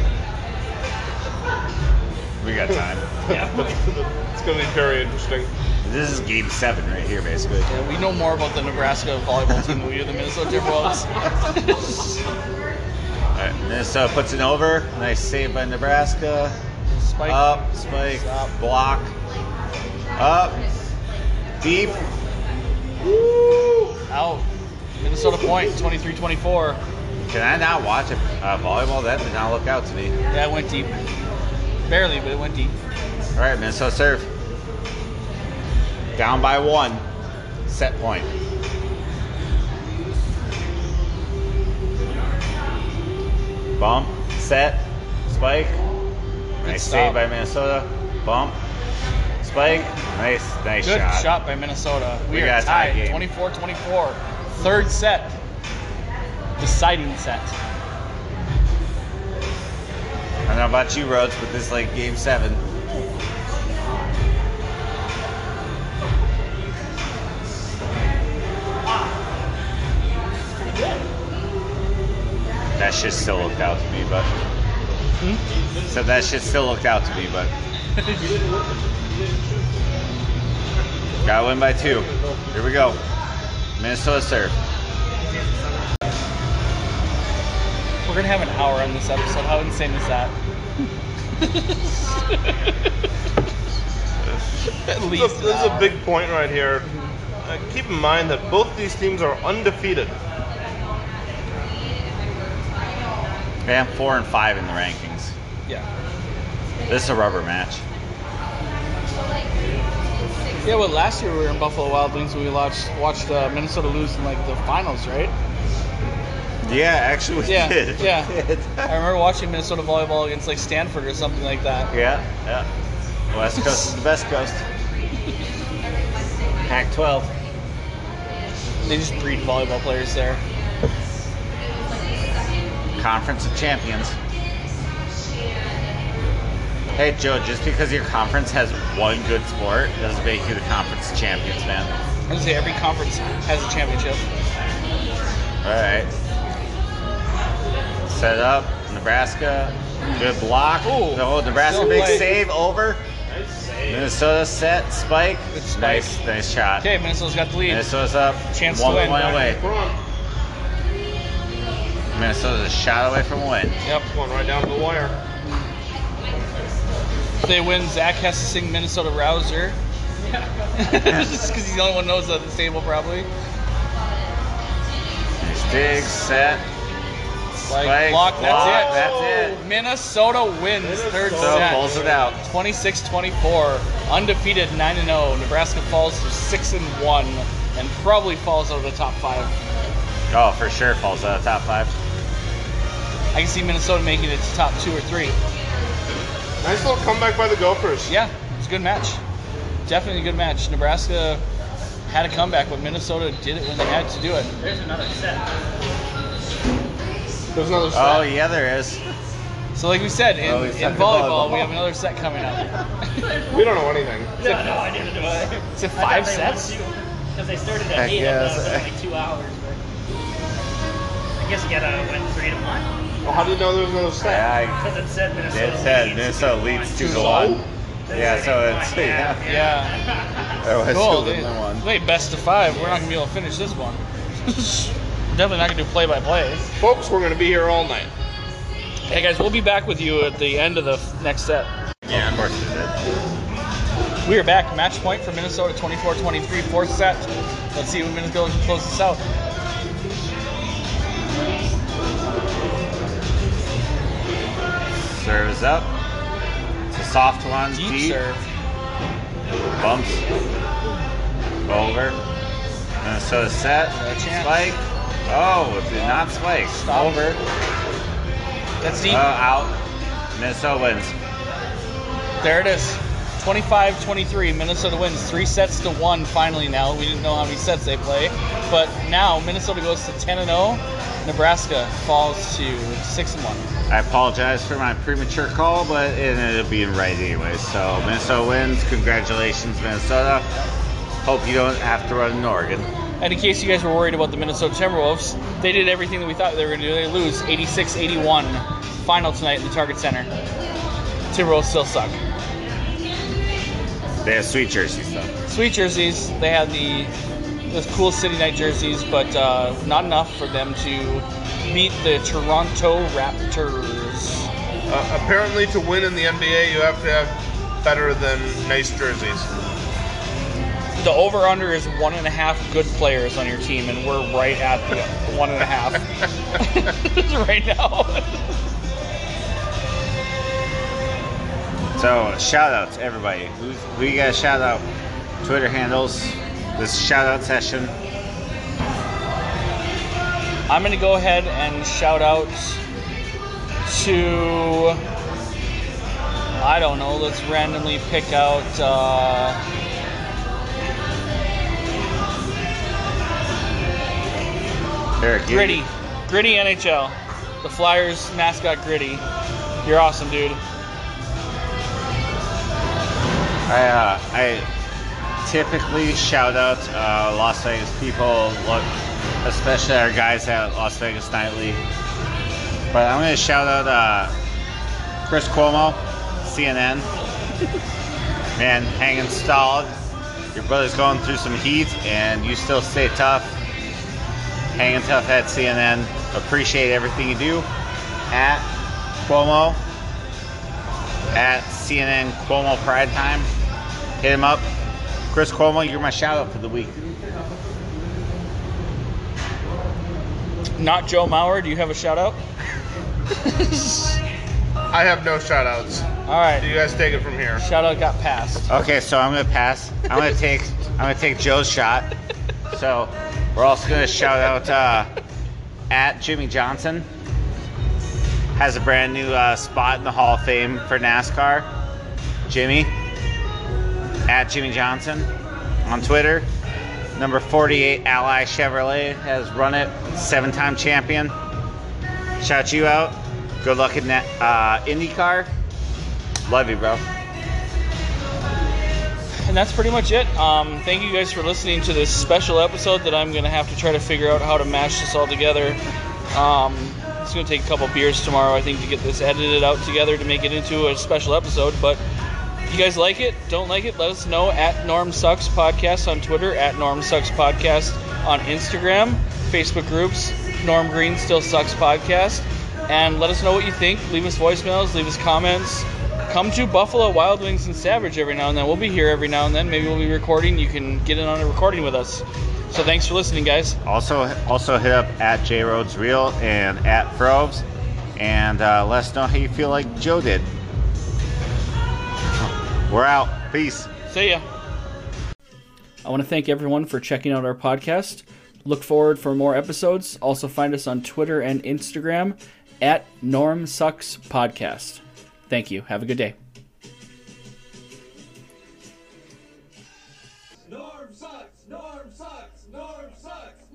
We got time. it's going to be very interesting. this is game seven right here, basically. Yeah, we know more about the Nebraska volleyball team than we do the Minnesota Timberwolves. All right, Minnesota puts it over. Nice save by Nebraska. Spike. Up, spike, block. Up, deep. Out. Minnesota point. 23-24. Can I not watch a, a volleyball? That did not look out to me. Yeah, it went deep. Barely, but it went deep. All right, Minnesota serve. Down by one. Set point. Bump, set, spike. Nice stop. save by Minnesota. Bump, spike. Nice, nice Good shot. shot. by Minnesota. We, We are got a tie tied game. 24 24. Third set. Deciding set. I don't know about you, Rhodes, but this is like game seven. That shit still looked out to me, but. So that shit still looked out to me, but. Gotta win by two. Here we go. Minnesota serve. We're going to have an hour on this episode. How insane is that? At least. This is, a, this is an a hour. big point right here. Uh, keep in mind that both these teams are undefeated. Yeah, four and five in the rankings. Yeah. This is a rubber match. Yeah, well, last year we were in Buffalo Wild Wings when we watched, watched uh, Minnesota lose in like the finals, right? Yeah, actually, we Yeah, did. yeah. We did. I remember watching Minnesota volleyball against like Stanford or something like that. Yeah, yeah. West Coast is the best coast. Pac 12. They just breed volleyball players there. Conference of Champions. Hey, Joe, just because your conference has one good sport doesn't make you the conference of champions, man. I would say every conference has a championship. Alright. Set up. Nebraska. Good block. Ooh, oh, Nebraska still big play. save over. Minnesota set. Spike. Good spike. Nice, nice shot. Okay, Minnesota's got the lead. Minnesota's up. Chance one to win. One away. Minnesota's a shot away from a win. Yep. Going right down to the wire. If they win, Zach has to sing Minnesota Rouser. Just because he's the only one who knows that at this table, probably. Nice dig, set, Like, Spike, block, that's block, it. Oh, that's it. Minnesota wins third so set. pulls it out. 26-24, undefeated 9-0. Nebraska falls to 6 and 1 and probably falls out of the top 5. Oh, for sure falls out of the top five. I can see Minnesota making it to top 2 or 3. Nice little comeback by the Gophers. Yeah, it's a good match. Definitely a good match. Nebraska had a comeback, but Minnesota did it when they had to do it. There's another set. There's another set. Oh yeah, there is. So, like we said, in, Oh, we in said volleyball, volleyball. we have another set coming up. We don't know anything. No, no, I didn't do it. Is it five sets? Because they started I at eight. I guess. thought it was like two hours. But I guess you gotta win three to one Well, how do you know there's another set? Yeah, because it said I, Minnesota. it said leads Minnesota two leads one. two to So? one. Then Yeah, they so won. it's- yeah. yeah. That was Cool. the They, other one. they best of five. We're not gonna be able to finish this one. Definitely not gonna do play by play. Folks, we're going to be here all night. Hey guys, we'll be back with you at the end of the f- next set. Yeah, of course it did. We are back. Match point for Minnesota 24-23, fourth set. Let's see who Minnesota can close this out. Serve is up. It's a soft one. Deep, serve. Bumps. Over. Minnesota set. No chance. Spike. Oh, it did Yeah. not spike. Stop. Over. That's Oh, deep. out. Minnesota wins. There it is. 25 23. Minnesota wins three sets to one finally now. We didn't know how many sets they play. But now Minnesota goes to 10 and 0. Nebraska falls to 6 and 1. I apologize for my premature call, but it ended up being right anyway. So Minnesota wins. Congratulations, Minnesota. Hope you don't have to run in Oregon. And in case you guys were worried about the Minnesota Timberwolves, they did everything that we thought they were going to do. They lose 86 81 final tonight in the Target Center. Timberwolves still suck. They have sweet jerseys though. Sweet jerseys. They had the, the cool City Night jerseys, but uh, not enough for them to beat the Toronto Raptors. Uh, apparently, to win in the NBA, you have to have better than nice jerseys. The over under is one and a half good players on your team, and we're right at the one and a half right now. So shout outs everybody. Who's, who you guys shout out? Twitter handles. This shout out session. I'm gonna go ahead and shout out to I don't know. Let's randomly pick out. Uh, Eric, you- Gritty. Gritty NHL. The Flyers mascot Gritty. You're awesome, dude. I, uh, I typically shout out uh, Las Vegas people, look, especially our guys at Las Vegas Nightly. But I'm going to shout out uh, Chris Cuomo, CNN. Man, hanging solid. Your brother's going through some heat, and you still stay tough. Hanging tough at CNN. Appreciate everything you do. At Cuomo, at CNN Cuomo Pride Time. Hit him up. Chris Cuomo, you're my shout out for the week. Not Joe Mauer. Do you have a shout out? I have no shout outs. All You right. guys take it from here. Shout out got passed. Okay, so I'm gonna pass. I'm gonna take I'm gonna take Joe's shot. So we're also gonna shout out uh, at Jimmy Johnson. Has a brand new uh, spot in the Hall of Fame for NASCAR. Jimmy at Jimmy Johnson on Twitter. Number 48 Ally Chevrolet has run it. Seven-time champion. Shout you out. Good luck in that uh, IndyCar. Love you, bro. And that's pretty much it. Um, thank you guys for listening to this special episode that I'm going to have to try to figure out how to mash this all together. Um, it's going to take a couple beers tomorrow, I think, to get this edited out together to make it into a special episode. But if you guys like it, don't like it, let us know at Norm Sucks Podcast on Twitter, at Norm Sucks Podcast on Instagram, Facebook groups, Norm Green Still Sucks Podcast. And let us know what you think. Leave us voicemails, leave us comments. Come to Buffalo Wild Wings and Savage every now and then. We'll be here every now and then. Maybe we'll be recording. You can get in on a recording with us. So thanks for listening, guys. Also, also hit up at J Rhodes Real and at Froves, and uh, let us know how you feel like Joe did. We're out. Peace. See ya. I want to thank everyone for checking out our podcast. Look forward for more episodes. Also, find us on Twitter and Instagram at Norm Sucks Podcast. Thank you. Have a good day. Norm sucks. Norm sucks. Norm sucks.